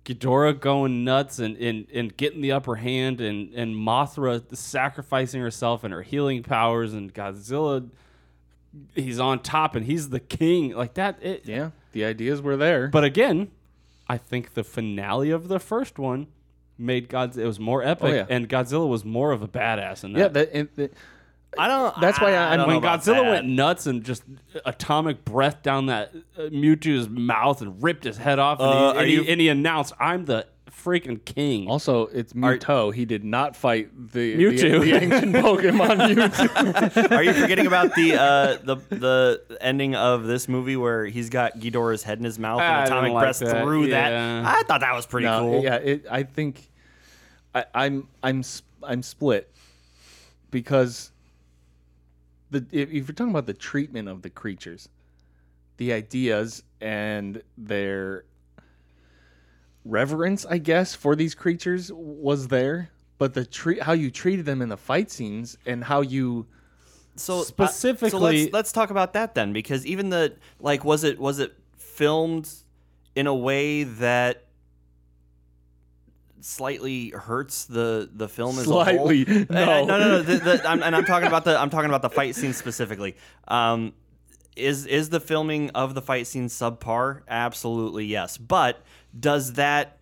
S4: Ghidorah going nuts and, and, and getting the upper hand and, and Mothra sacrificing herself and her healing powers and Godzilla he's on top and he's the king like that it,
S5: yeah the ideas were there
S4: but again I think the finale of the first one made God's it was more epic
S5: Oh, yeah.
S4: and Godzilla was more of a badass in that
S5: yeah, that, and the-
S7: I don't.
S5: that's why I,
S7: I don't
S5: am
S4: when
S7: know about
S4: Godzilla
S7: that.
S4: went nuts and just atomic breath down that uh, Mewtwo's mouth and ripped his head off, and,
S7: Uh,
S4: he,
S7: are
S4: and, he-
S7: you-
S4: and he announced, "I'm the freaking king."
S5: Also, it's Muto. he did not fight the the-
S4: Mewtwo.
S5: the,
S4: <laughs>
S5: ancient Pokemon Mewtwo.
S7: Are you forgetting about the uh, the the ending of this movie where he's got Ghidorah's head in his mouth
S4: I
S7: and
S4: didn't
S7: atomic
S4: like
S7: breath
S4: that,
S7: through
S4: yeah.
S7: that? I thought that was pretty
S5: No,
S7: cool.
S5: Yeah, it, I think I, I'm I'm s- I'm split because the if, if you're talking about the treatment of the creatures, the ideas and their reverence, I guess, for these creatures was there, but the treat how you treated them in the fight scenes and how you
S7: So uh, so
S4: Specifically-
S7: let's, let's talk about that then, because even the like, was it was it filmed in a way that slightly hurts the the film as
S5: Slightly.
S7: a whole?
S5: <laughs> No.
S7: Uh, no, no, no. The, the, I'm, and I'm talking about the I'm talking about the fight scene specifically. Um, is is the filming of the fight scene subpar? Absolutely yes, but does that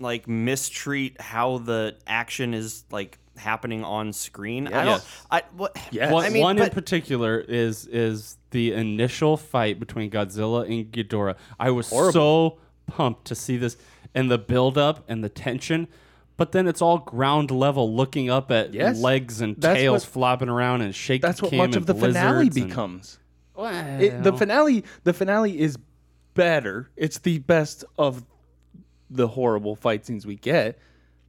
S7: like mistreat how the action is like happening on screen? I don't.
S4: Yes.
S7: I what?
S5: Yes.
S4: One-
S7: I mean,
S4: one in
S7: but-
S4: particular is is the initial fight between Godzilla and Ghidorah. I was so pumped to see this and the build up and the tension. But then it's all ground level, looking up at
S5: Yes.
S4: legs and
S5: That's
S4: tails
S5: what-
S4: flopping around and shaking.
S5: that's what much of the finale becomes. It, the finale, the finale is better. It's the best of the horrible fight scenes we get,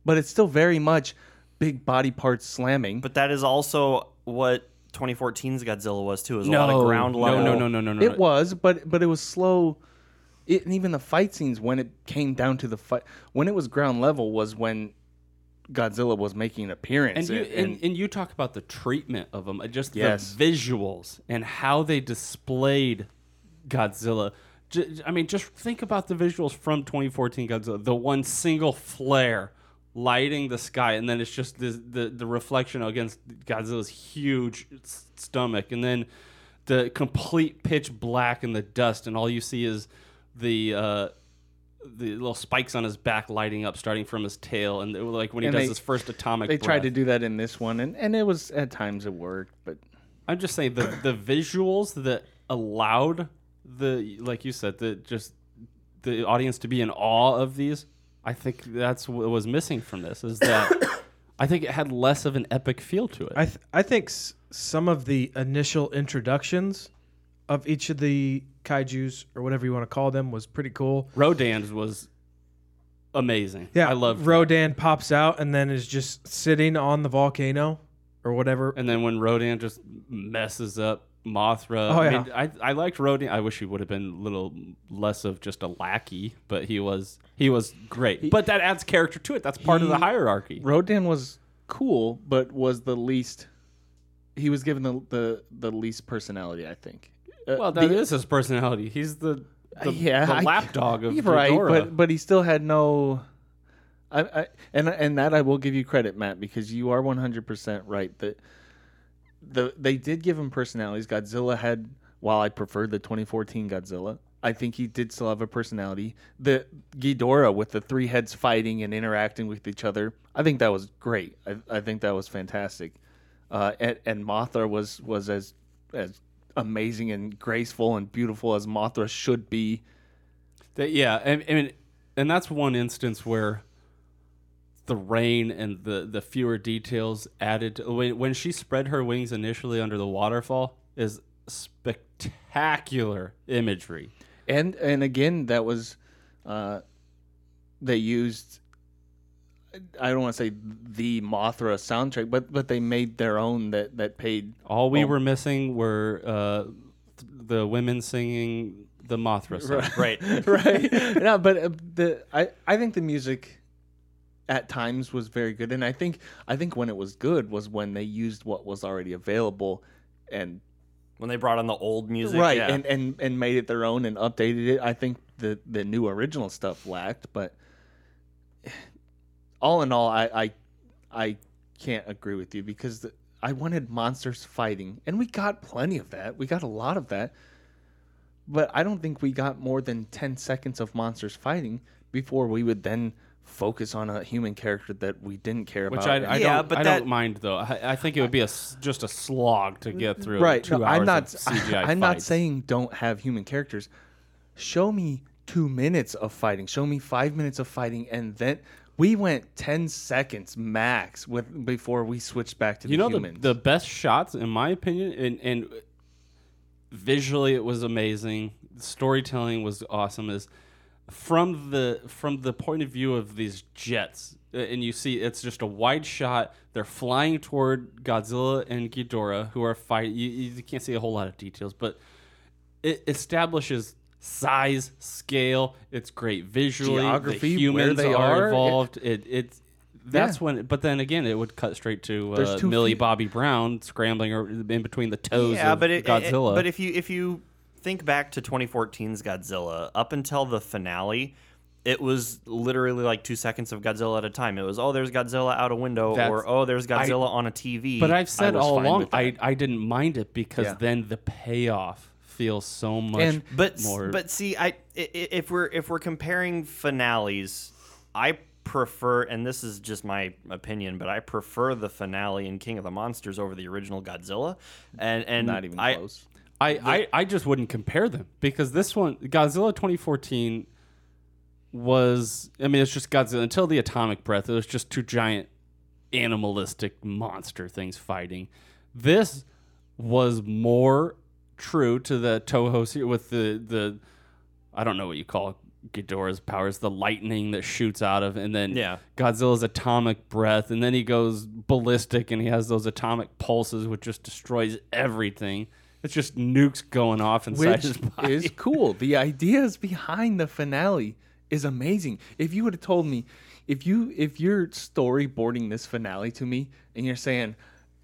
S5: but it's still very much big body parts slamming.
S7: But that is also what 2014's Godzilla was too. Is a
S4: No,
S7: lot of ground
S4: no,
S7: level.
S4: no, no, no, no, no.
S5: it was, but but it was slow. It, and even the fight scenes when it came down to the fight, when it was ground level, was when Godzilla was making an appearance.
S4: and you
S5: and-
S4: and,
S5: and-
S4: and you talk about the treatment of them, just
S5: Yes.
S4: the visuals and how they displayed Godzilla. J- I mean, just think about the visuals from 2014 Godzilla. The one single flare lighting the sky, and then it's just this, the the reflection against Godzilla's huge s- stomach, and then the complete pitch black and the dust, and all you see is the. Uh, the little spikes on his back lighting up, starting from his tail, and like when he
S5: And
S4: does
S5: they-
S4: his first atomic.
S5: they tried
S4: breath.
S5: to do that in this one, and, and it was at times it worked, but
S4: I'm just saying the the visuals that allowed the like you said the just the audience to be in awe of these. I think that's what was missing from this is that <coughs> I think it had less of an epic feel to it.
S3: I th- I think s- some of the initial introductions of each of the kaiju's or whatever you want to call them was pretty cool.
S4: Rodan's was amazing.
S3: Yeah,
S4: I love
S3: Rodan pops out and then is just sitting on the volcano, or whatever.
S4: And then when Rodan just messes up Mothra.
S3: Oh,
S4: I,
S3: yeah.
S4: mean, I I liked Rodan. I wish he would have been a little less of just a lackey, but he was he was great. but that adds character to it. That's part of the
S5: He-
S4: hierarchy.
S5: Rodan was cool, but was the least. He was given the the, the least personality, I think. Uh,
S4: well, that is
S5: the-
S4: his personality. He's the the,
S5: yeah,
S4: the
S5: I-
S4: lapdog of
S5: You're right,
S4: Ghidorah.
S5: but but he still had no. I, I and and that I will give you credit, Matt, because you are 100 percent right that the they did give him personalities. Godzilla had, while I preferred the 2014 Godzilla, I think he did still have a personality. The Ghidorah with the three heads fighting and interacting with each other, I think that was great. I, I think that was fantastic. Uh, and, and Mothra was was as as amazing and graceful and beautiful as Mothra should be.
S4: That- yeah, and I mean, and that's one instance where the rain and the the fewer details added to, when when she spread her wings initially under the waterfall is spectacular imagery.
S5: and and again that was uh they used i don't want to say the mothra soundtrack but but they made their own that that paid
S4: All we were missing were uh, th- the women singing the Mothra song. <laughs>
S5: right <laughs> right no but uh, the i i think the music at times was very good and i think i think when it was good was when they used what was already available and
S7: when they brought on the old music,
S5: right
S7: yeah.
S5: and, and and made it their own and updated it i think the the new original stuff lacked but <sighs> all in all i i, I can't agree with you because the, i wanted monsters fighting and we got plenty of that we got a lot of that but i don't think we got more than 10 seconds of monsters fighting before we would then focus on a human character that we didn't care
S4: Which
S5: about
S4: I,
S5: and-
S4: I don't, I don't mind though. I, I think it would be a s just a slog to get through.
S5: Right.
S4: Two
S5: no,
S4: hours
S5: I'm not.
S4: Of CGI
S5: <laughs> I'm not
S4: fights.
S5: saying don't have human characters. Show me two minutes of fighting. Show me five minutes of fighting, and then we went ten seconds max with before we switched back to
S4: you
S5: the
S4: know
S5: humans.
S4: the the best shots in my opinion, and and visually it was amazing. Storytelling was awesome. Is from the from the point of view of these jets, uh, and you see it's just a wide shot. They're flying toward Godzilla and Ghidorah, who are fighting. You, you can't see a whole lot of details, but it establishes size, scale. It's great visually.
S5: Geography,
S4: the
S5: where
S4: humans
S5: they
S4: are,
S5: are, it-
S4: involved. It, it's that's when. But then again, it would cut straight to uh,
S5: There's two
S4: Millie Bobby Brown scrambling or in between the toes
S7: yeah,
S4: of
S7: but it,
S4: Godzilla.
S7: but if you if you think back to 2014's Godzilla, up until the finale, it was literally like two seconds of Godzilla at a time. It was oh, there's Godzilla out a window,
S4: That's-
S7: or oh, there's
S4: I-
S7: Godzilla on a TV.
S4: But I've said
S7: I was
S4: all
S7: fine
S4: along,
S7: with that.
S4: I, I didn't mind it because
S7: Yeah.
S4: then the payoff feels so much
S7: <laughs> but s-
S4: more.
S7: but see I, i- i- if we're if we're comparing finales i prefer and this is just my opinion but i prefer the finale in king of the monsters over the original godzilla and and
S5: Not even
S7: I,
S5: close
S4: I, I, I just wouldn't compare them because this one, Godzilla 2014, was, I mean, it's just Godzilla until the atomic breath. It was just two giant animalistic monster things fighting. This was more true to the Toho series with the, the I don't know what you call Ghidorah's powers, the lightning that shoots out of, and then
S7: Yeah.
S4: Godzilla's atomic breath, and then he goes ballistic and he has those atomic pulses, which just destroys everything. It's just nukes going off inside
S5: which
S4: his body. <laughs>
S5: is cool. The ideas behind the finale is amazing. If you would have told me, if you if you're storyboarding this finale to me and you're saying,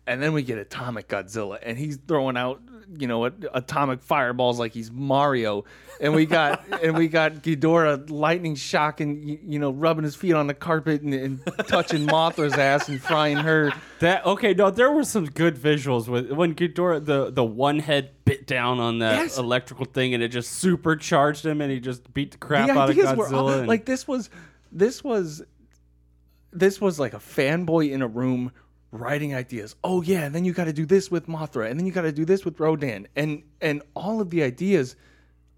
S5: and then we get Atomic Godzilla and he's throwing out you know at- atomic fireballs like he's Mario, and we got and we got Ghidorah lightning shock and y- you know rubbing his feet on the carpet and, and touching Mothra's ass and frying her.
S4: That okay? No, there were some good visuals with when Ghidorah the the one head bit down on that
S5: Yes.
S4: electrical thing and it just supercharged him and he just beat the crap
S5: the
S4: out of
S5: ideas
S4: Godzilla.
S5: were all-
S4: and-
S5: like this was this was this was like a fanboy in a room writing ideas oh yeah and then you got to do this with mothra and then you got to do this with rodan and and all of the ideas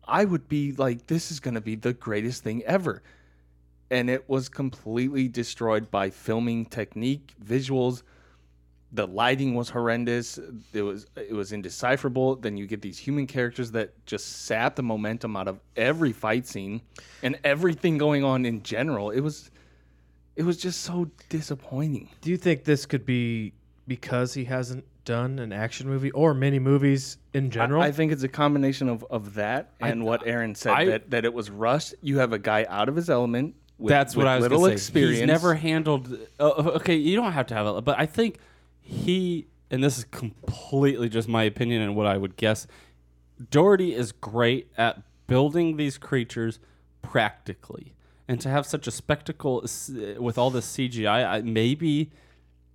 S5: i would be like this is going to be the greatest thing ever and it was completely destroyed by filming technique visuals the lighting was horrendous it was it was indecipherable then you get these human characters that just sap the momentum out of every fight scene and everything going on in general it was it was just so disappointing
S3: Do you think this could be because he hasn't done an action movie or many movies in general?
S5: I, I think it's a combination of, of that and what Aaron said
S4: I-
S5: that, that it was rushed. You have a guy out of his element. With,
S4: That's what
S5: with
S4: I was
S5: little
S4: gonna say.
S5: experience.
S4: He's never handled. Uh, okay, you don't have to have it, but I think he and this is completely just my opinion and what I would guess. Doherty is great at building these creatures practically, and to have such a spectacle s- with all this CGI, I, maybe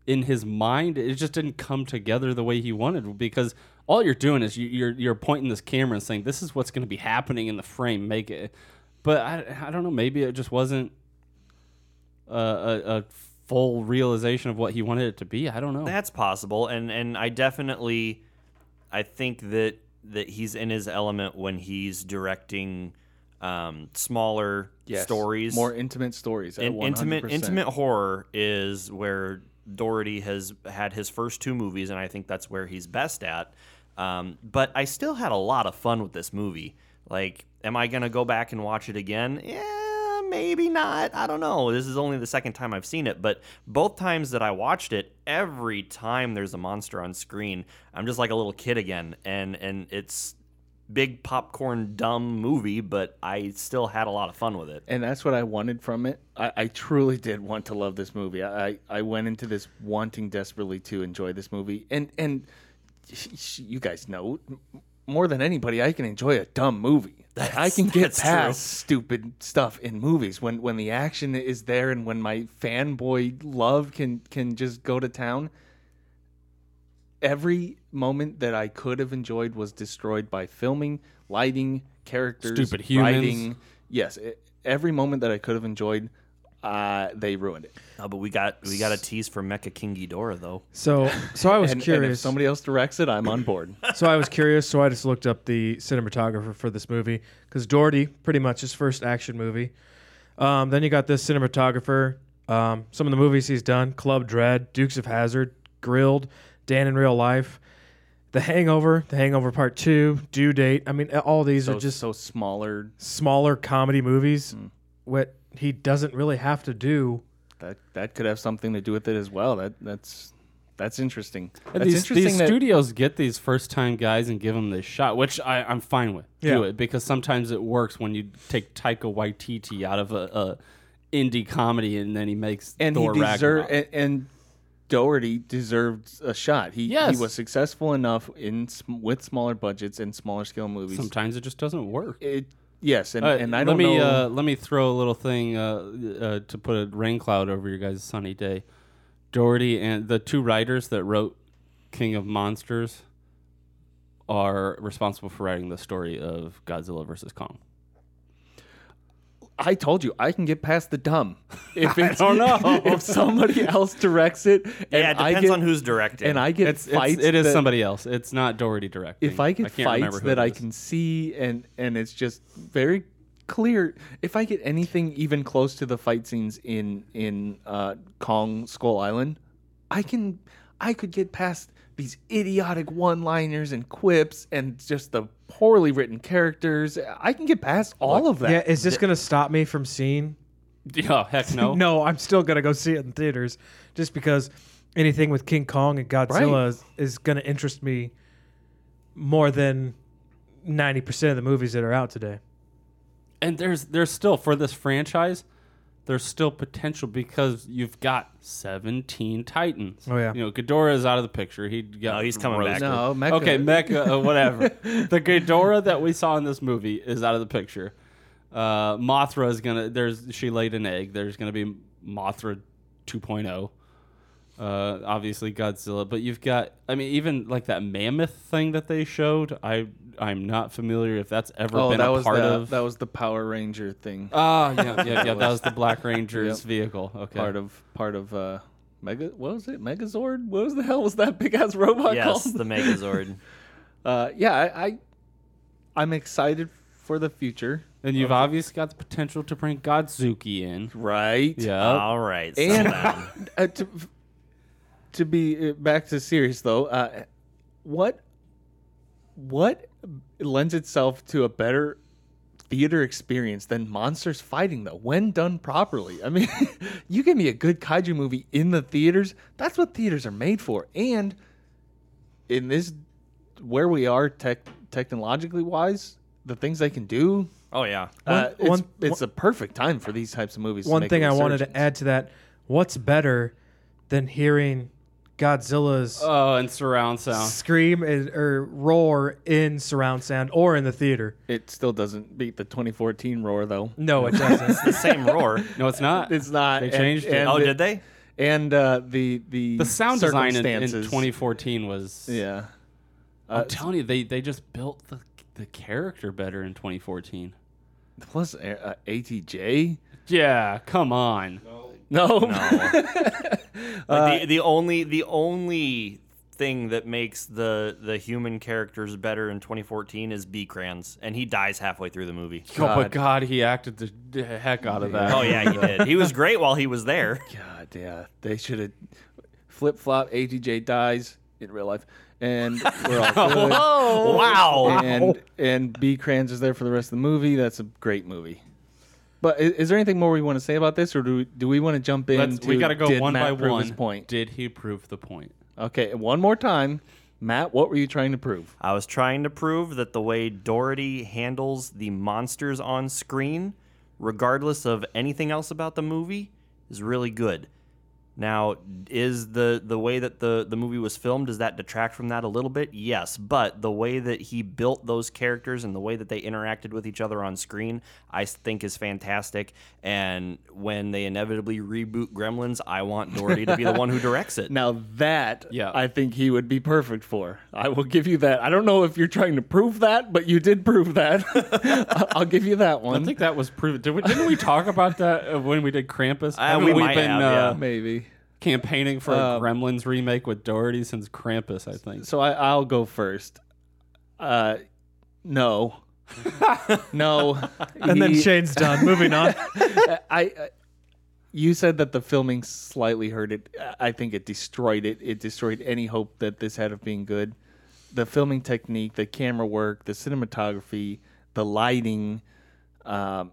S4: in his mind it just didn't come together the way he wanted because all you're doing is you, you're you're pointing this camera and saying this is what's going to be happening in the frame make it but I, I don't know maybe it just wasn't a, a, a full realization of what he wanted it to be I don't know
S7: That's possible, and and I definitely, I think that that he's in his element when he's directing um, smaller
S5: Yes.
S7: stories,
S5: More intimate stories. at
S7: In- intimate
S5: 100%.
S7: intimate horror is where Doherty has had his first two movies, and I think that's where he's best at. Um, but I still had a lot of fun with this movie. Like, am I gonna go back and watch it again? Yeah, maybe not. I don't know. This is only the second time I've seen it, but both times that I watched it, every time there's a monster on screen, I'm just like a little kid again, and and it's big popcorn dumb movie, but I still had a lot of fun with it.
S5: and that's what I wanted from it. I, I truly did want to love this movie. I, I- I went into this wanting desperately to enjoy this movie, and and sh- sh- you guys know m- more than anybody, I can enjoy a dumb movie. I- I can get
S7: That's- that's
S5: past stupid stuff in movies when when the action is there and when my fanboy love can can just go to town. Every moment that I could have enjoyed was destroyed by filming, lighting, characters,
S4: Stupid humans.
S5: writing, yes, e- every moment that I could have enjoyed, uh, they ruined it.
S7: No, Oh, but we got we got a tease for Mecha King Ghidorah though.
S3: So, so I
S5: <laughs>
S3: was
S5: And- and if
S3: curious.
S5: somebody else directs it, I'm on
S7: <laughs>
S5: board.
S3: so I was curious. So I just looked up the cinematographer for this movie because Doherty, pretty much his first action movie. Um, then you got this cinematographer. Um, some of the movies he's done: Club Dread, Dukes of Hazard, Grilled, Dan in Real Life, The Hangover, The Hangover Part Two, Due Date. I mean, all these
S5: So-
S3: are just
S5: so Hmm. smaller,
S3: smaller comedy movies. What he doesn't really have to do.
S5: That that could have something to do with it as well. That that's that's interesting.
S4: And
S5: That's
S4: these,
S5: interesting
S4: these
S5: that-
S4: studios get these first time guys and give them this shot, which I, I'm fine with. Do
S5: Yeah.
S4: it because sometimes it works when you take Taika Waititi out of a, a indie comedy and then he makes
S5: and
S4: Thor
S5: he
S4: Ragnarok.
S5: deserved and, and Doherty deserved a shot. He
S4: Yes.
S5: he was successful enough in sm- with smaller budgets and smaller scale movies.
S4: Sometimes it just doesn't work.
S5: It yes, and,
S4: Uh,
S5: and I
S4: let
S5: don't
S4: me,
S5: know.
S4: Uh, let me throw a little thing uh, uh, to put a rain cloud over your guys' sunny day. Doherty and the two writers that wrote King of Monsters are responsible for writing the story of Godzilla versus Kong.
S5: I told you I can get past the <laughs> dumb. If
S4: I
S5: it's,
S4: don't know.
S5: <laughs> if somebody else directs it, and
S4: Yeah, it
S5: I
S4: depends
S5: get-
S4: on who's directing.
S5: And I get
S4: It's- it's-
S5: fights.
S4: it is
S5: that-
S4: somebody else. It's not Doherty directing.
S5: If I get
S4: I can't remember
S5: fights
S4: who
S5: that
S4: it
S5: I
S4: is. <laughs>
S5: can see, and and it's just very clear. If I get anything even close to the fight scenes in in uh, Kong Skull Island, I can I could get past these idiotic one-liners and quips and just the poorly written characters. I can get past all of that.
S3: Yeah, is this
S5: Th-
S3: going to stop me from seeing?
S4: Yeah, Oh, heck
S5: <laughs>
S4: no.
S3: <laughs> no, I'm still going to go see it in theaters just because anything with King Kong and Godzilla
S5: Right.
S3: is, is going to interest me more than 90% of the movies that are out today.
S4: and there's there's still for this franchise there's still potential because you've got 17 titans
S3: Oh, yeah.
S4: you know Ghidorah is out of the picture he got
S7: No, he's coming back.
S4: roasted.
S7: No, Mecha-
S4: okay Mecha uh,
S5: <laughs>
S4: whatever the Ghidorah that we saw in this movie is out of the picture uh, Mothra is gonna there's she laid an egg there's gonna be Mothra 2.0 uh, obviously Godzilla, but you've got I mean even like that mammoth thing that they showed. I I'm not familiar if that's ever
S5: oh,
S4: been
S5: that
S4: a
S5: was
S4: part
S5: the,
S4: of <laughs>
S5: that was the Power Ranger thing.
S4: Ah, yeah, yeah, yeah. <laughs> That was
S5: <laughs>
S4: the Black Ranger's
S5: Yep.
S4: vehicle. Okay.
S5: Part of part of uh Mega what was it? Megazord? What was the hell was that big ass
S7: <laughs>
S5: robot
S7: Yes,
S5: called?
S7: the
S5: <laughs>
S7: Megazord.
S5: uh yeah, I, I I'm excited for the future.
S4: and you've obviously got the potential to bring Godzuki in.
S5: Right.
S4: Yeah.
S7: All right. settle
S5: And- <laughs>
S7: down.
S5: Uh, to, to be uh, back to serious though, uh what what lends itself to a better theater experience than monsters fighting though when done properly i mean <laughs> you give me a good kaiju movie in the theaters that's what theaters are made for and in this where we are tech technologically wise the things they can do
S7: oh yeah
S5: uh, one, it's, one, it's one, a perfect time for these types of movies
S3: one thing i wanted to add to that what's better than hearing Godzilla's
S4: oh and surround sound
S3: scream and, or roar in surround sound or in the theater.
S5: It still doesn't beat the 2014 roar though.
S3: No, <laughs> it doesn't.
S7: it's the same roar.
S4: No, it's not.
S5: It's not.
S4: They changed
S7: and, and it. oh, did
S5: <laughs>
S7: they?
S5: And uh, the the
S4: the sound design in, in, 2014 was
S5: yeah.
S4: Uh, I'm telling you, they they just built the the character better in 2014.
S5: Plus uh, ATJ.
S4: Yeah, come on.
S7: No.
S5: No. <laughs>
S7: no. uh, Oh. the, the only the only thing that makes the the human characters better in 2014 is B Kranz, and he dies halfway through the
S5: <laughs>
S7: movie.
S4: God. <laughs> Oh my God, he acted the heck out of that.
S7: Oh yeah, he did. He was great while he was
S5: <laughs>
S7: there.
S5: God, yeah, they should have flip flop. ATJ dies in real life. And we're all
S4: <laughs>
S5: good.
S7: Whoa, wow!
S5: And and B Kranz is there for the rest of the movie. That's a great movie. But is, there anything more we want to say about this, or do we, do we want to jump in? Let's,
S4: we got to go one
S5: Matt
S4: by one.
S5: point?
S4: Did he prove the point?
S5: Okay, one more time, Matt. What were you trying to prove?
S7: I was trying to prove that the way Doherty handles the monsters on screen, regardless of anything else about the movie, is really good. Now, is the the way that the the movie was filmed does that detract from that a little bit? Yes, but the way that he built those characters and the way that they interacted with each other on screen, I think is fantastic. And when they inevitably reboot Gremlins, I want Doherty to be the one who directs it.
S5: <laughs> Now that yeah. I think he would be perfect for. I will give you that. I don't know if you're trying to prove that, but you did prove that. <laughs> I'll give you that one.
S4: I think that was proven. Did we, didn't we talk about that when we did Krampus?
S7: Uh, we
S4: have
S7: been have, uh, yeah. Uh,
S5: maybe
S4: campaigning for um, a Gremlins remake with Doherty since Krampus, I think.
S5: So I, will go first. Uh, no, no,
S3: and he, then Shane's done. Moving on.
S5: I, I, you said that the filming slightly hurt it. I think it destroyed it. It destroyed any hope that this had of being good. The filming technique, the camera work, the cinematography, the lighting, um,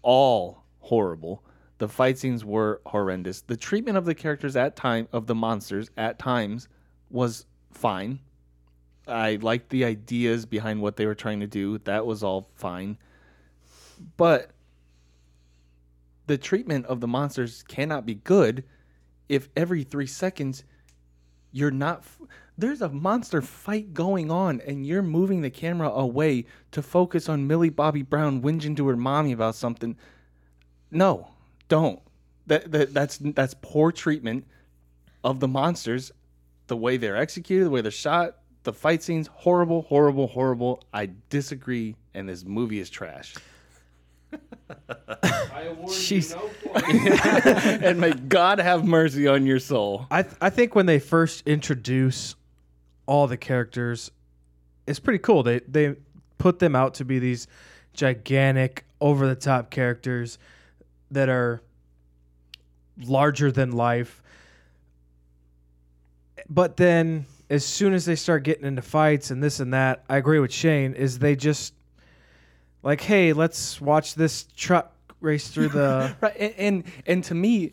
S5: all horrible. The fight scenes were horrendous. The treatment of the characters at time of the monsters at times was fine. I liked the ideas behind what they were trying to do. That was all fine. But the treatment of the monsters cannot be good if every 3 seconds you're not f- there's a monster fight going on and you're moving the camera away to focus on Millie Bobby Brown whinging to her mommy about something. No, don't. That, that that's that's poor treatment of the monsters, the way they're executed, the way they're shot, the fight scenes, horrible, horrible, horrible. I disagree, and this movie is trash.
S4: I award Jeez. you no
S5: <laughs> and may God have mercy on your soul.
S3: I th- I think when they first introduce all the characters, it's pretty cool. They they put them out to be these gigantic, over the top characters that are larger than life. But then as soon as they start getting into fights and this and that, I agree with Shane is they just like, "Hey, let's watch this truck race
S5: <laughs>
S3: through the
S5: right and, and and to me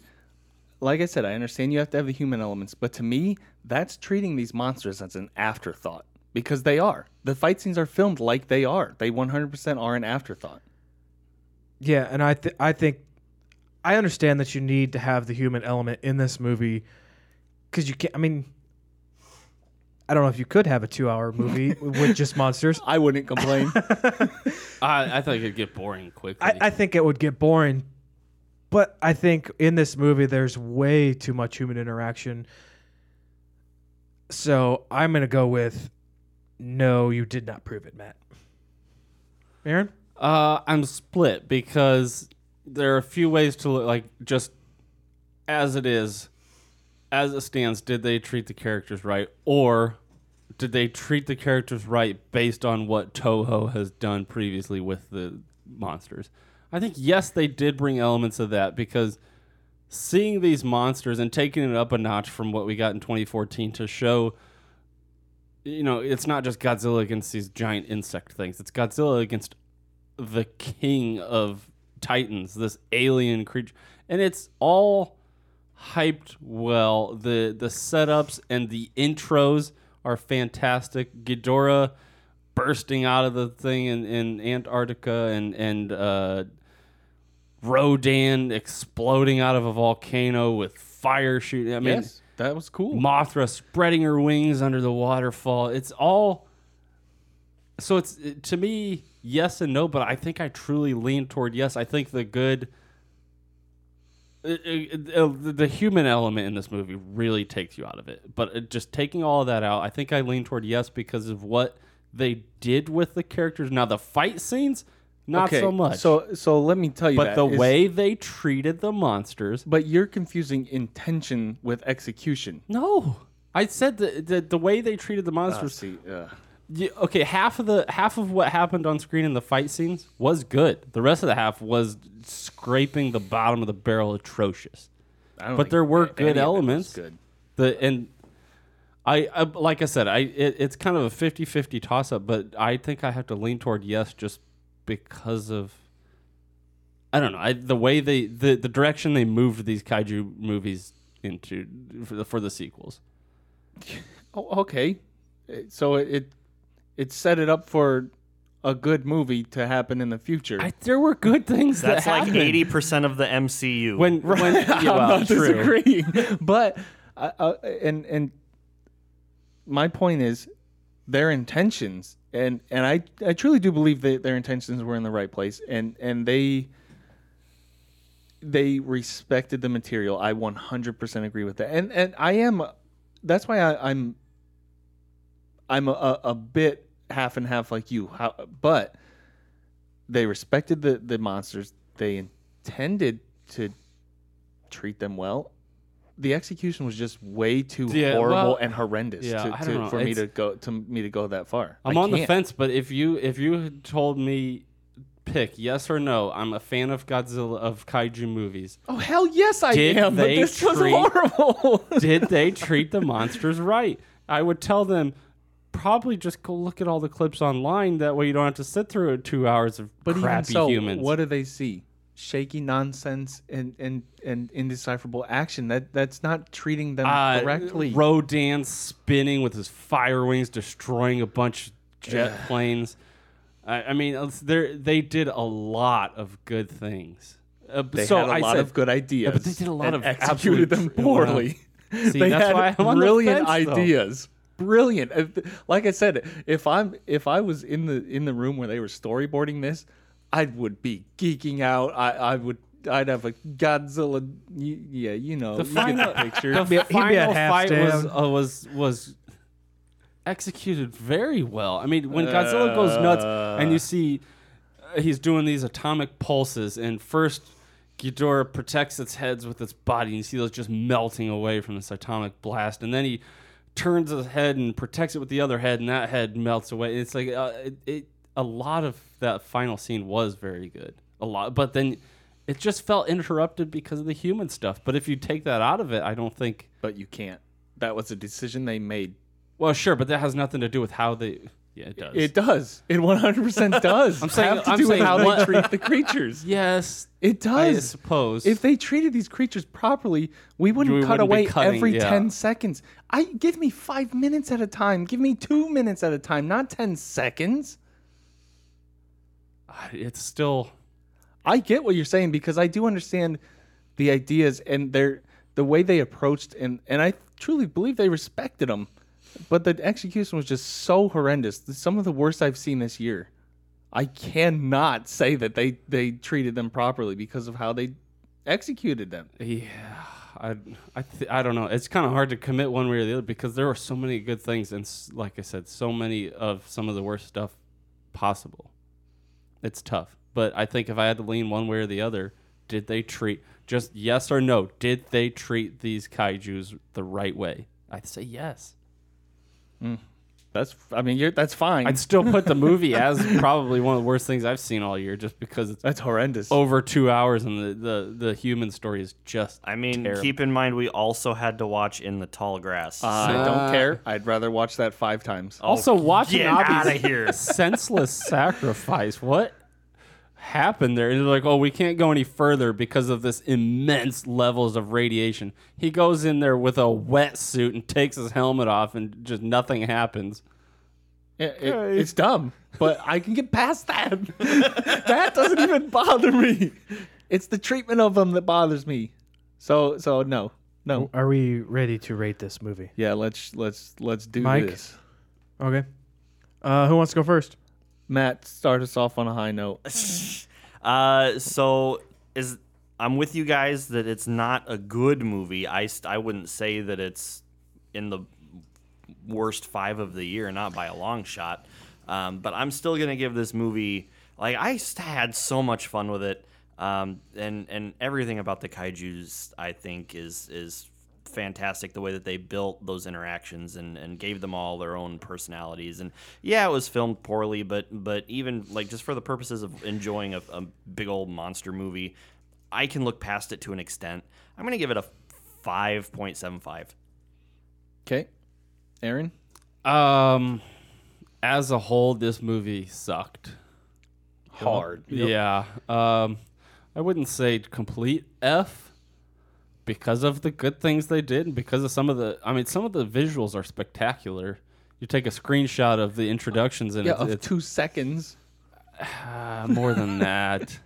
S5: like I said, I understand you have to have the human elements, but to me, that's treating these monsters as an afterthought because they are. The fight scenes are filmed like they are. They 100% are an afterthought.
S3: Yeah, and I th- I think I understand that you need to have the human element in this movie because you can't. I mean, I don't know if you could have a <laughs> two-hour movie with just monsters.
S5: I wouldn't <laughs> complain.
S4: I, I think it'd get boring quickly.
S3: I, I, think it would get boring, but I think in this movie there's way too much human interaction. So I'm gonna go with, no, you did not prove it, Matt. Aaron.
S4: Uh, I'm split because there are a few ways to look like just as it is, as it stands, did they treat the characters right? Or did they treat the characters right based on what Toho has done previously with the monsters? I think, yes, they did bring elements of that because seeing these monsters and taking it up a notch from what we got in 2014 to show you know it's not just godzilla against these giant insect things it's godzilla against the king of titans, this alien creature, and it's all hyped well. The the setups and the intros are fantastic. Ghidorah bursting out of the thing in, in Antarctica and and uh, Rodan exploding out of a volcano with fire shooting. I mean,
S5: Yes, that was cool.
S4: Mothra spreading her wings under the waterfall. It's all. So it's to me yes and no, but I think I truly lean toward yes. I think the good it- it- it- the human element in this movie really takes you out of it. But it- just taking all of that out, I think I lean toward yes because of what they did with the characters. Now the fight scenes, not
S5: Okay,
S4: so much.
S5: So so let me tell you
S4: But
S5: that
S4: the
S5: is-
S4: way they treated the monsters.
S5: But you're confusing intention with execution.
S4: No, I said the the, the way they treated the monsters.
S5: see, uh.
S4: Yeah, okay, half of the half of what happened on screen in the fight scenes was good. The rest of the half was scraping the bottom of the barrel, atrocious.
S5: I don't
S4: But
S5: think
S4: there were
S5: any of it
S4: good
S5: was
S4: elements.
S5: good.
S4: The and I, I like I said, I it, it's kind of a 50-50 toss up, but I think I have to lean toward yes just because of I don't know. I, the way they the, the direction they moved these kaiju movies into for the, for the sequels.
S5: Oh, okay. It- So it, it it set it up for a good movie to happen in the future. <laughs>
S4: there were good things
S7: That's
S5: that
S7: like
S5: happened.
S7: eighty percent of the MCU.
S4: When <laughs> when
S5: I'm not disagreeing, <laughs> but I, uh, and and my point is their intentions, and and I I truly do believe that their intentions were in the right place, and and they they respected the material. I 100% agree with that, and and I am that's why I, I'm I'm a, a, a bit half and half like you, how, but they respected the the monsters. They intended to treat them well. The execution was just way too
S4: Yeah,
S5: horrible
S4: well,
S5: and horrendous
S4: yeah,
S5: to,
S4: I
S5: to-
S4: don't know.
S5: for me
S4: It's- Um,
S5: to go to me to go that far.
S4: I'm
S5: I
S4: on the
S5: can't.
S4: fence, but if you if you had told me pick yes or no, I'm a fan of Godzilla of kaiju
S5: <laughs>
S4: movies.
S5: Oh hell yes, I
S4: Did
S5: am. But
S4: they
S5: this was
S4: treat-
S5: horrible. <laughs>
S4: Did they treat the monsters right? I would tell them probably just go look at all the clips online. That way you don't have to sit through two hours of
S5: But even
S4: crappy
S5: so,
S4: humans.
S5: what do they see? Shaky nonsense and and and indecipherable action. That that's not treating them
S4: Uh,
S5: correctly.
S4: Rodan spinning with his fire wings, destroying a bunch of jet
S5: Ugh.
S4: planes. I, I mean, it's- they're- they did a lot of good things. Uh,
S5: They
S4: so
S5: had a
S4: I
S5: lot
S4: said-
S5: of good
S4: Yeah,
S5: ideas,
S4: but they did a lot
S5: and
S4: of absolute
S5: executed them
S4: tr-
S5: poorly. <laughs>
S4: Wow. See,
S5: they
S4: that's
S5: had
S4: why I'm on the
S5: brilliant
S4: fence, though.
S5: ideas. Brilliant. Uh, th- Like I said, if I'm if I was in the in the room where they were storyboarding this, I would be geeking out. I I would. I'd have a Godzilla, y- yeah, you know,
S4: The
S5: you get
S4: final,
S5: picture.
S4: <laughs> the final fight was, uh, was was executed very well. I mean, when Godzilla goes nuts and you see uh, he's doing these atomic pulses, and first Ghidorah protects its heads with its body, and you see those just melting away from this atomic blast, and then he turns his head and protects it with the other head, and that head melts away. It's like uh, it, it, a lot of that final scene was very good, a lot, but then. It just felt interrupted because of the human stuff. But if you take that out of it, I don't think.
S5: But you can't. That was a decision they made.
S4: Well, sure, but that has nothing to do with how they. Yeah, it does.
S5: It does.
S4: <laughs>
S5: It 100% does.
S4: I'm saying-
S5: have to
S4: I'm
S5: do with
S4: saying
S5: how
S4: what-
S5: they treat
S4: <laughs>
S5: the creatures.
S4: Yes,
S5: it does.
S4: I suppose.
S5: if they treated these creatures properly, we wouldn't
S4: We
S5: cut
S4: wouldn't be
S5: away
S4: cutting,
S5: every
S4: yeah.
S5: 10 seconds. I give me 5 minutes at a time. Give me 2 minutes at a time, not 10 seconds.
S4: It's still
S5: I get what you're saying because I do understand the ideas and their the way they approached and and I truly believe they respected them. But the execution was just so horrendous. Some of the worst I've seen this year. I cannot say that they they treated them properly because of how they executed them.
S4: Yeah, I I, th- I don't know. It's kind of hard to commit one way or the other because there were so many good things and s- like I said, so many of some of the worst stuff possible. It's tough, but I think if I had to lean one way or the other, did they treat just yes or no? Did they treat these kaiju's the right way? I'd say yes.
S5: That's I mean you're, that's fine.
S4: I'd still put the movie as probably one of the worst things I've seen all year, just because it's
S5: that's horrendous.
S4: Over two hours, and the the, the human story is just.
S7: I mean,
S4: terrible.
S7: keep in mind we also had to watch in the tall grass.
S5: I
S7: so-
S5: don't care. I'd rather watch that 5 times.
S4: Oh, Also,
S7: <laughs>
S4: watching
S7: get
S4: <laughs> Abby's
S7: outta here.
S4: senseless sacrifice. What? happened there? And they're like, oh, we can't go any further because of this immense levels of radiation. He goes in there with a wetsuit and takes his helmet off, and just nothing happens.
S5: It, it, it's dumb, but I can get past that. <laughs> that doesn't even bother me. It's the treatment of them that bothers me. So so no no.
S11: Are we ready to rate this movie?
S5: Yeah, let's let's let's do
S3: Mike?
S5: this.
S3: Okay. Uh, who wants to go first?
S5: Matt, start us off on a high note.
S7: Uh, so is I'm with you guys that it's not a good movie. I st- I wouldn't say that it's in the worst five of the year, not by a long shot. Um, but I'm still gonna give this movie like I s- had so much fun with it, um, and and everything about the kaiju's I think is is fantastic the way that they built those interactions and, and gave them all their own personalities and yeah it was filmed poorly but but even like just for the purposes of enjoying a, a big old monster movie i can look past it to an extent i'm gonna give it a 5.75
S5: Okay, Aaron.
S4: Um, as a whole, this movie sucked
S7: Hard. Yep.
S4: Yeah. Um, I wouldn't say complete F because of the good things they did and because of some of the. I mean, some of the visuals are spectacular. You take a screenshot of the introductions and
S5: yeah,
S4: it's,
S5: of
S4: it's
S5: two seconds.
S4: uh, more than that.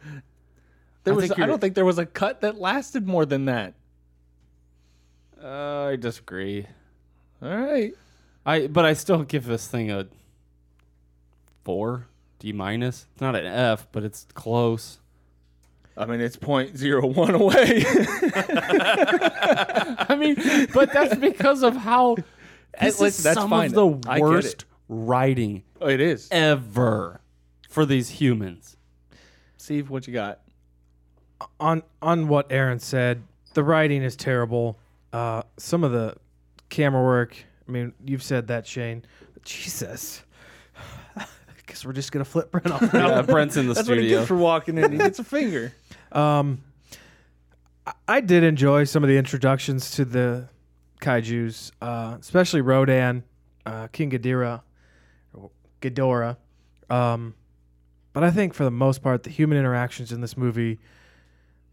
S5: There
S4: I
S5: was
S4: think
S5: I
S4: you're-
S5: don't think there was a cut that lasted more than that.
S4: Uh, I disagree.
S5: All right.
S4: I but I still give this thing a four D minus. It's not an F, but it's close.
S5: I mean, it's point zero one <laughs> away.
S4: I mean, but that's because of how this is
S5: listen, that's
S4: some
S5: fine.
S4: of the
S5: I get it.
S4: worst writing
S5: Oh, it is
S4: ever for these humans.
S5: Steve, what you got?
S3: on on what Aaron said, the writing is terrible. Uh, some of the camera work. I mean, you've said that, Shane. Jesus. <sighs> I guess we're just gonna flip Brent off. now.
S4: Yeah, Brent's in the
S5: <laughs> That's what he
S4: studio.
S5: gets for walking in. He gets a finger.
S3: Um, I- I did enjoy some of the introductions to the kaiju's, uh, especially Rodan, uh, King Ghidorah, or Ghidorah. Um, but I think for the most part, the human interactions in this movie,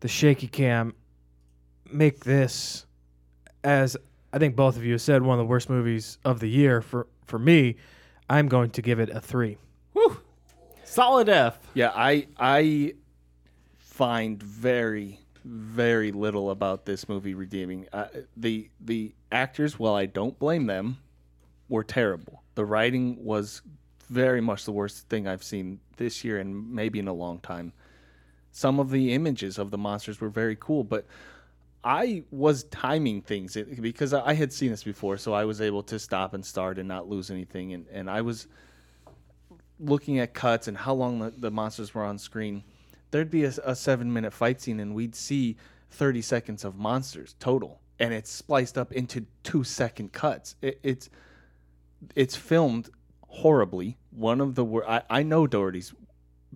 S3: the shaky cam, make this, as I think both of you said, one of the worst movies of the year for for me. I'm going to give it a three.
S4: Solid F.
S5: <laughs> Yeah, I I find very very little about this movie redeeming. Uh, the the actors, while I don't blame them, were terrible. The writing was very much the worst thing I've seen this year and maybe in a long time. Some of the images of the monsters were very cool, but I was timing things it- because I I had seen this before, so I was able to stop and start and not lose anything. And, and I was looking at cuts and how long the, the monsters were on screen, there'd be a, a seven minute fight scene and we'd see 30 seconds of monsters total. And it's spliced up into two second cuts. It, it's it's filmed horribly. One of the wor- I, I know Doherty's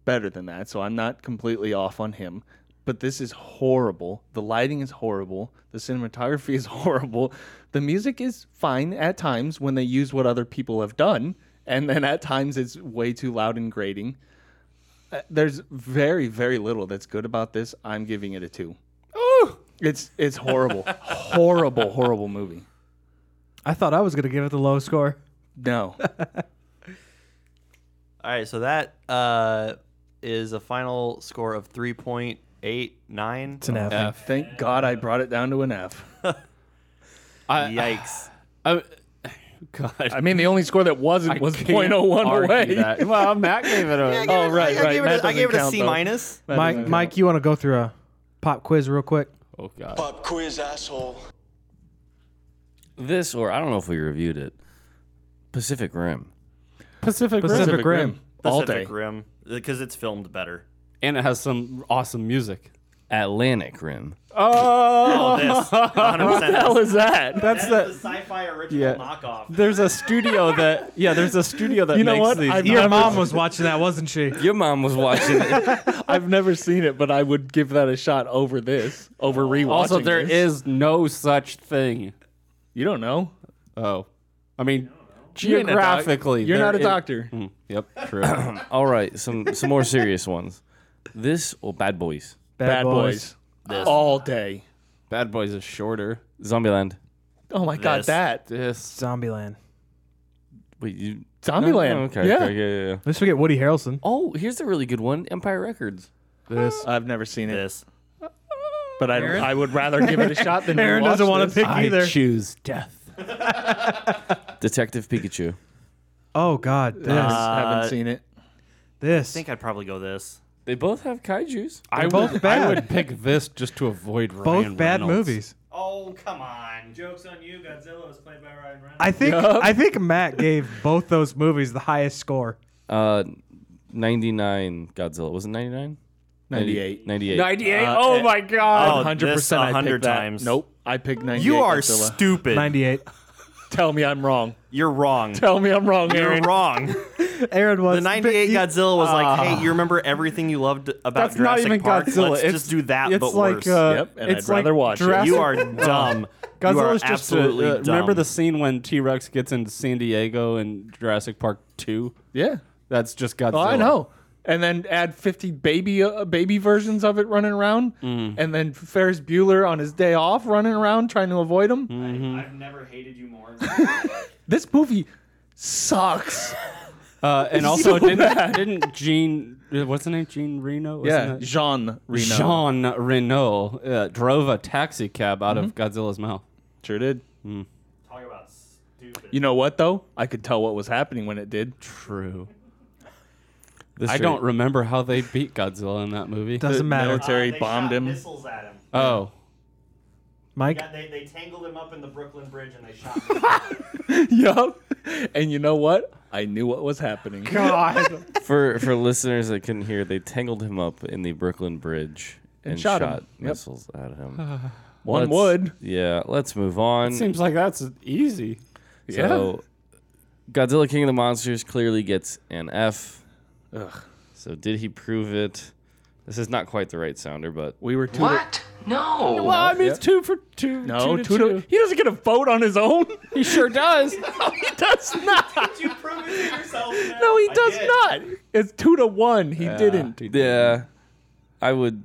S5: better than that, so I'm not completely off on him. But this is horrible. The lighting is horrible. The cinematography is <laughs> horrible. The music is fine at times when they use what other people have done, and then at times it's way too loud and grating. Uh, There's very very little that's good about this. I'm giving it a 2. Oh, it's it's <laughs> horrible. horrible horrible movie.
S3: I thought I was going to give it the low score.
S5: No.
S7: all right so that uh is a final score of 3.89
S3: it's an F.
S5: Thank God I brought it down to an F.
S4: I,
S7: Yikes.
S4: I, God.
S5: I mean, the only score that wasn't
S4: I
S5: was
S4: can't
S5: 0.01
S4: argue
S5: away.
S4: that. <laughs> Well, Matt gave it a.
S7: Yeah, I gave
S5: oh,
S7: it-
S5: right,
S7: I- I
S5: right.
S7: gave it a-
S5: Matt
S7: I gave it a
S5: doesn't count,
S7: C
S5: though.
S7: minus.
S5: That
S3: Mike,
S5: doesn't
S3: Mike, you want to go through a pop quiz real quick?
S4: Oh God.
S8: Pop quiz, asshole.
S2: This or I don't know if we reviewed it. Pacific Rim.
S4: Pacific,
S3: Pacific Rim. Rim.
S2: All
S7: Pacific
S2: day.
S7: Rim because it's filmed better.
S4: And it has some awesome music.
S2: Atlantic Rim.
S4: Oh,
S7: this. 100%
S4: what the hell
S7: this.
S4: is that? That's
S7: That
S4: the
S7: is a sci-fi original
S4: yeah.
S7: knockoff.
S4: There's a studio that yeah. There's a studio that
S5: You know
S4: makes
S5: what?
S4: these.
S5: I've
S4: Yeah.
S3: Your mom was watching that, wasn't she?
S2: Your mom was watching it.
S5: I've never seen it, but I would give that a shot over this, over rewatching.
S4: Also, there is
S5: this.
S4: no such thing.
S5: You don't know.
S4: Oh, I mean,
S5: You ain't a doc-
S4: geographically,
S5: You're
S4: there
S5: not a
S4: is-
S2: <clears throat>
S5: doctor.
S4: Mm, yep, true.
S2: All right, some some more serious ones. This or Bad Boys?
S5: Bad Bad Boys. Boys. This. All day.
S4: Bad Boys is shorter.
S2: Zombieland.
S5: Oh my god,
S4: This.
S5: that.
S4: This.
S3: Zombieland.
S2: Wait, you
S5: Zombieland.
S2: No, no, okay,
S5: Yeah.
S2: okay, yeah, yeah, yeah.
S3: Let's forget Woody Harrelson.
S2: Oh, here's a really good one. Empire Records.
S3: This.
S5: I've never seen it.
S7: This.
S5: But I,
S2: Aaron?
S5: I would rather give it a shot
S3: <laughs>
S5: than
S2: Aaron
S5: watch
S2: doesn't wanna
S5: this.
S2: pick I either. choose
S3: death.
S2: Detective Pikachu.
S11: Oh God, this.
S5: Uh, haven't seen it.
S11: This.
S7: I think I'd probably go this.
S2: They both have kaiju's.
S4: I
S11: They're
S4: would,
S11: both bad.
S4: I would pick this just to avoid
S11: Both
S4: Ryan
S11: bad
S4: Reynolds.
S11: movies.
S7: Oh come on.
S12: Jokes on you. Godzilla was played by Ryan Reynolds.
S11: I think
S12: Yup.
S11: I think Matt gave both those movies the highest
S5: <laughs>
S11: score.
S2: Uh, 99 Godzilla. Was it 99?
S5: 98.
S2: 98.
S5: Uh, eh,
S2: God.
S5: 100% I picked that. Nope. I picked 98.
S7: You are
S5: Godzilla.
S7: stupid.
S11: 98.
S5: Tell me I'm wrong.
S7: You're wrong.
S5: Tell me I'm wrong,
S7: You're
S5: Aaron.
S7: wrong.
S11: Aaron was
S7: The 98 Godzilla was like,
S5: Ah.
S7: hey, you remember everything you loved about
S5: That's not
S7: Jurassic
S5: even
S7: Park?
S5: Godzilla.
S7: Let's
S5: It's-
S7: just do that,
S5: it's
S7: but
S5: like,
S7: worse.
S5: uh, Yep, and it's I'd rather like watch it.
S7: You are
S5: Jurassic-
S7: dumb. you are
S4: Godzilla's just a-
S7: absolutely
S4: uh,
S7: dumb.
S4: Remember the scene when T Rex gets into San Diego in Jurassic Park 2?
S5: Yeah.
S4: That's just Godzilla.
S5: Oh, I know. And then add 50 baby uh, baby versions of it running around,
S4: Mm.
S5: and then Ferris Bueller on his day off running around trying to avoid him.
S7: I've never hated you more.
S5: <laughs> This movie <laughs> sucks.
S4: Uh, and
S5: It's
S4: also,
S5: so
S4: didn't,
S5: bad.
S4: didn't Gene, uh, what's the name? Gene Reno? Isn't
S5: yeah,
S4: it?
S5: Jean Reno.
S4: Jean Reno uh, drove a taxi cab out
S5: Mm-hmm.
S4: of Godzilla's mouth.
S5: Sure did.
S4: Mm.
S7: Talk about stupid.
S5: You know what though? I could tell what was happening when it did.
S4: True. I
S5: straight-
S4: don't remember how they beat Godzilla in that movie.
S5: Doesn't The matter.
S7: Ah,
S5: military Uh, they bombed shot him.
S7: missiles at him.
S4: Oh,
S11: Mike.
S7: Yeah, they, they tangled him up in the Brooklyn Bridge and they shot
S5: <laughs> yup. And you know what? I knew what was happening.
S11: God.
S2: For for listeners that couldn't hear, they tangled him up in the Brooklyn Bridge and,
S5: And shot him. Yep.
S2: missiles at
S4: <laughs>
S2: him.
S5: One
S2: Let's-
S5: would.
S2: Yeah, let's move on.
S4: seems like that's easy.
S2: So, Godzilla King of the Monsters clearly gets an F.
S5: Ugh.
S2: So, did he prove it? This is not quite the right sounder, but
S5: we were too.
S8: What? No.
S5: Uh,
S4: Well, I mean,
S2: Yep.
S4: it's two for two. two
S2: No,
S4: to
S2: two
S4: two.
S2: to-
S5: He doesn't get a vote on his own.
S4: <laughs> He sure does.
S5: <laughs> no, he
S7: <laughs>
S5: does not.
S7: Did you prove it to yourself? Matt?
S5: No, he
S7: I
S5: does
S7: did.
S5: not. It's two to one. He didn't.
S2: Yeah, I would.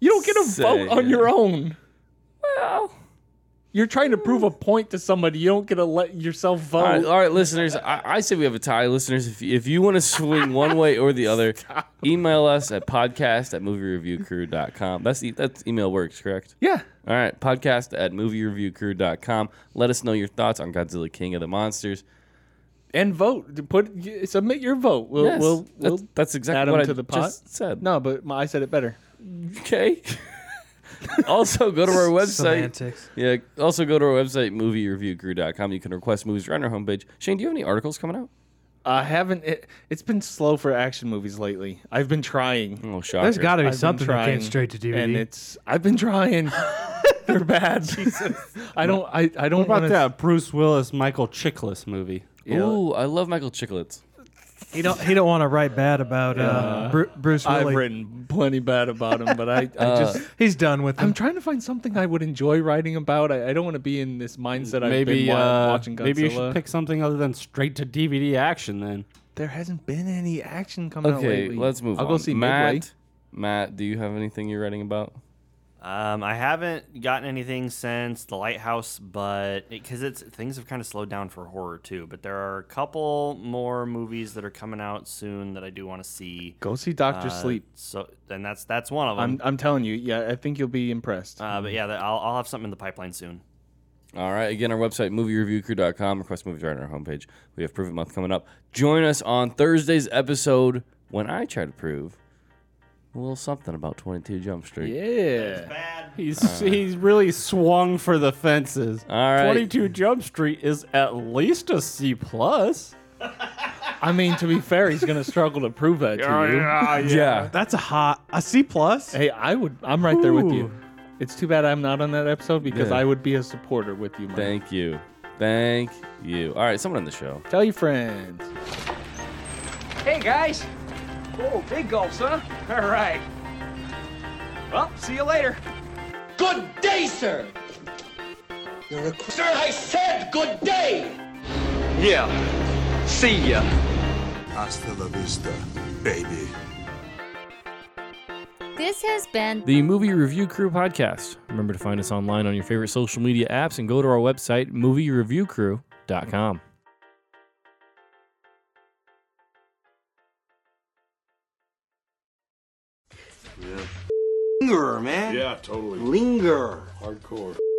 S5: You don't get a
S2: say-
S5: vote on your own.
S2: Well,
S5: you're trying to prove a point to somebody. You don't get to let yourself vote.
S2: All right, all right, listeners. I, I say we have a tie. Listeners, if, if you want to swing one way or
S5: <laughs>
S2: the other, email us at podcast at moviereviewcrew.com. That's, the, that's email works, correct?
S5: Yeah.
S2: All right. Podcast at moviereviewcrew.com. Let us know your thoughts on Godzilla King of the Monsters.
S5: and vote. Put submit your vote. We'll
S2: Yes,
S5: we'll,
S2: that's-
S5: we'll
S2: that's exactly
S5: add 'em
S2: what I
S5: to the pot.
S2: just said.
S5: No, but my, I said it better.
S2: Okay. <laughs> also, go
S5: <laughs>
S2: to our website.
S11: Semantics.
S2: Yeah. Also, go to our website, moviereviewcrew.com. You can request movies right on our homepage. Shane, do you have any articles coming out?
S5: I haven't. It, it's been slow for action movies lately. I've been
S7: Hmm.
S5: trying.
S2: Oh, shocker.
S5: There's
S11: gotta be something that came straight to DVD.
S5: And it's I've been trying. They're bad. I don't. I, I don't
S4: What about
S5: want
S4: that Bruce Willis Michael Chiklis movie?
S2: Ooh, I love Michael Chiklis.
S11: He don't he don't want to write bad about uh, Bru- Bruce Willis.
S5: I've written plenty bad about him, but I, I
S11: Uh,
S5: just
S11: he's done with
S5: I'm
S11: him.
S5: trying to find something I would enjoy writing about. I, I don't want to be in this mindset. I've been
S4: Maybe
S5: while
S4: uh,
S5: watching Godzilla.
S4: maybe you should pick something other than straight to DVD action then.
S5: There hasn't been any action coming out
S2: Okay,
S5: lately.
S2: let's move
S5: Oh, I'll
S2: on.
S5: I'll go see
S2: Matt.
S5: Midway.
S2: Matt, do you have anything you're writing about?
S7: Um, I haven't gotten anything since the Lighthouse, but because it's things have kind of slowed down for horror too. But there are a couple more movies that are coming out soon that I do want to see. Um,
S5: Go see Dr.
S7: Uh,
S5: Sleep.
S7: So then that's that's one of them.
S5: I'm, I'm telling you, yeah, I think you'll be impressed.
S7: uh, but yeah, that- I'll, I'll have something in the pipeline soon.
S2: All right. Again, our website, moviereviewcrew.com. Request movies right on our homepage. We have Prove It Month coming up. Join us on Thursday's episode when I try to prove a little something about 22 Jump Street.
S5: Yeah.
S4: He's
S2: Uh.
S4: he's really swung for the fences.
S2: All right.
S4: 22 Jump Street is at least a C plus.
S5: I mean, to be fair, he's gonna struggle to prove that to
S4: Yeah,
S5: you.
S4: yeah, yeah.
S2: Ah.
S4: Yeah.
S11: That's a hot a C plus.
S5: Hey, I would. I'm right there with you.
S11: Ooh.
S5: It's too bad I'm not on that episode because
S2: Yeah.
S5: I would be a supporter with you. Mike.
S2: Thank you. Thank you. All right, someone on the show.
S5: Tell your friends.
S13: Hey, guys. Oh, big gulps, huh? All right. Well, see you later. Good day, sir. You're a sir. I said good day.
S8: Yeah. See ya. Hasta la vista, baby.
S14: This has been
S2: the Movie Review Crew podcast. Remember to find us online on your favorite social media apps and go to our website, moviereviewcrew.com.
S15: Linger, man.
S10: Yeah, totally.
S15: Linger.
S10: Hardcore.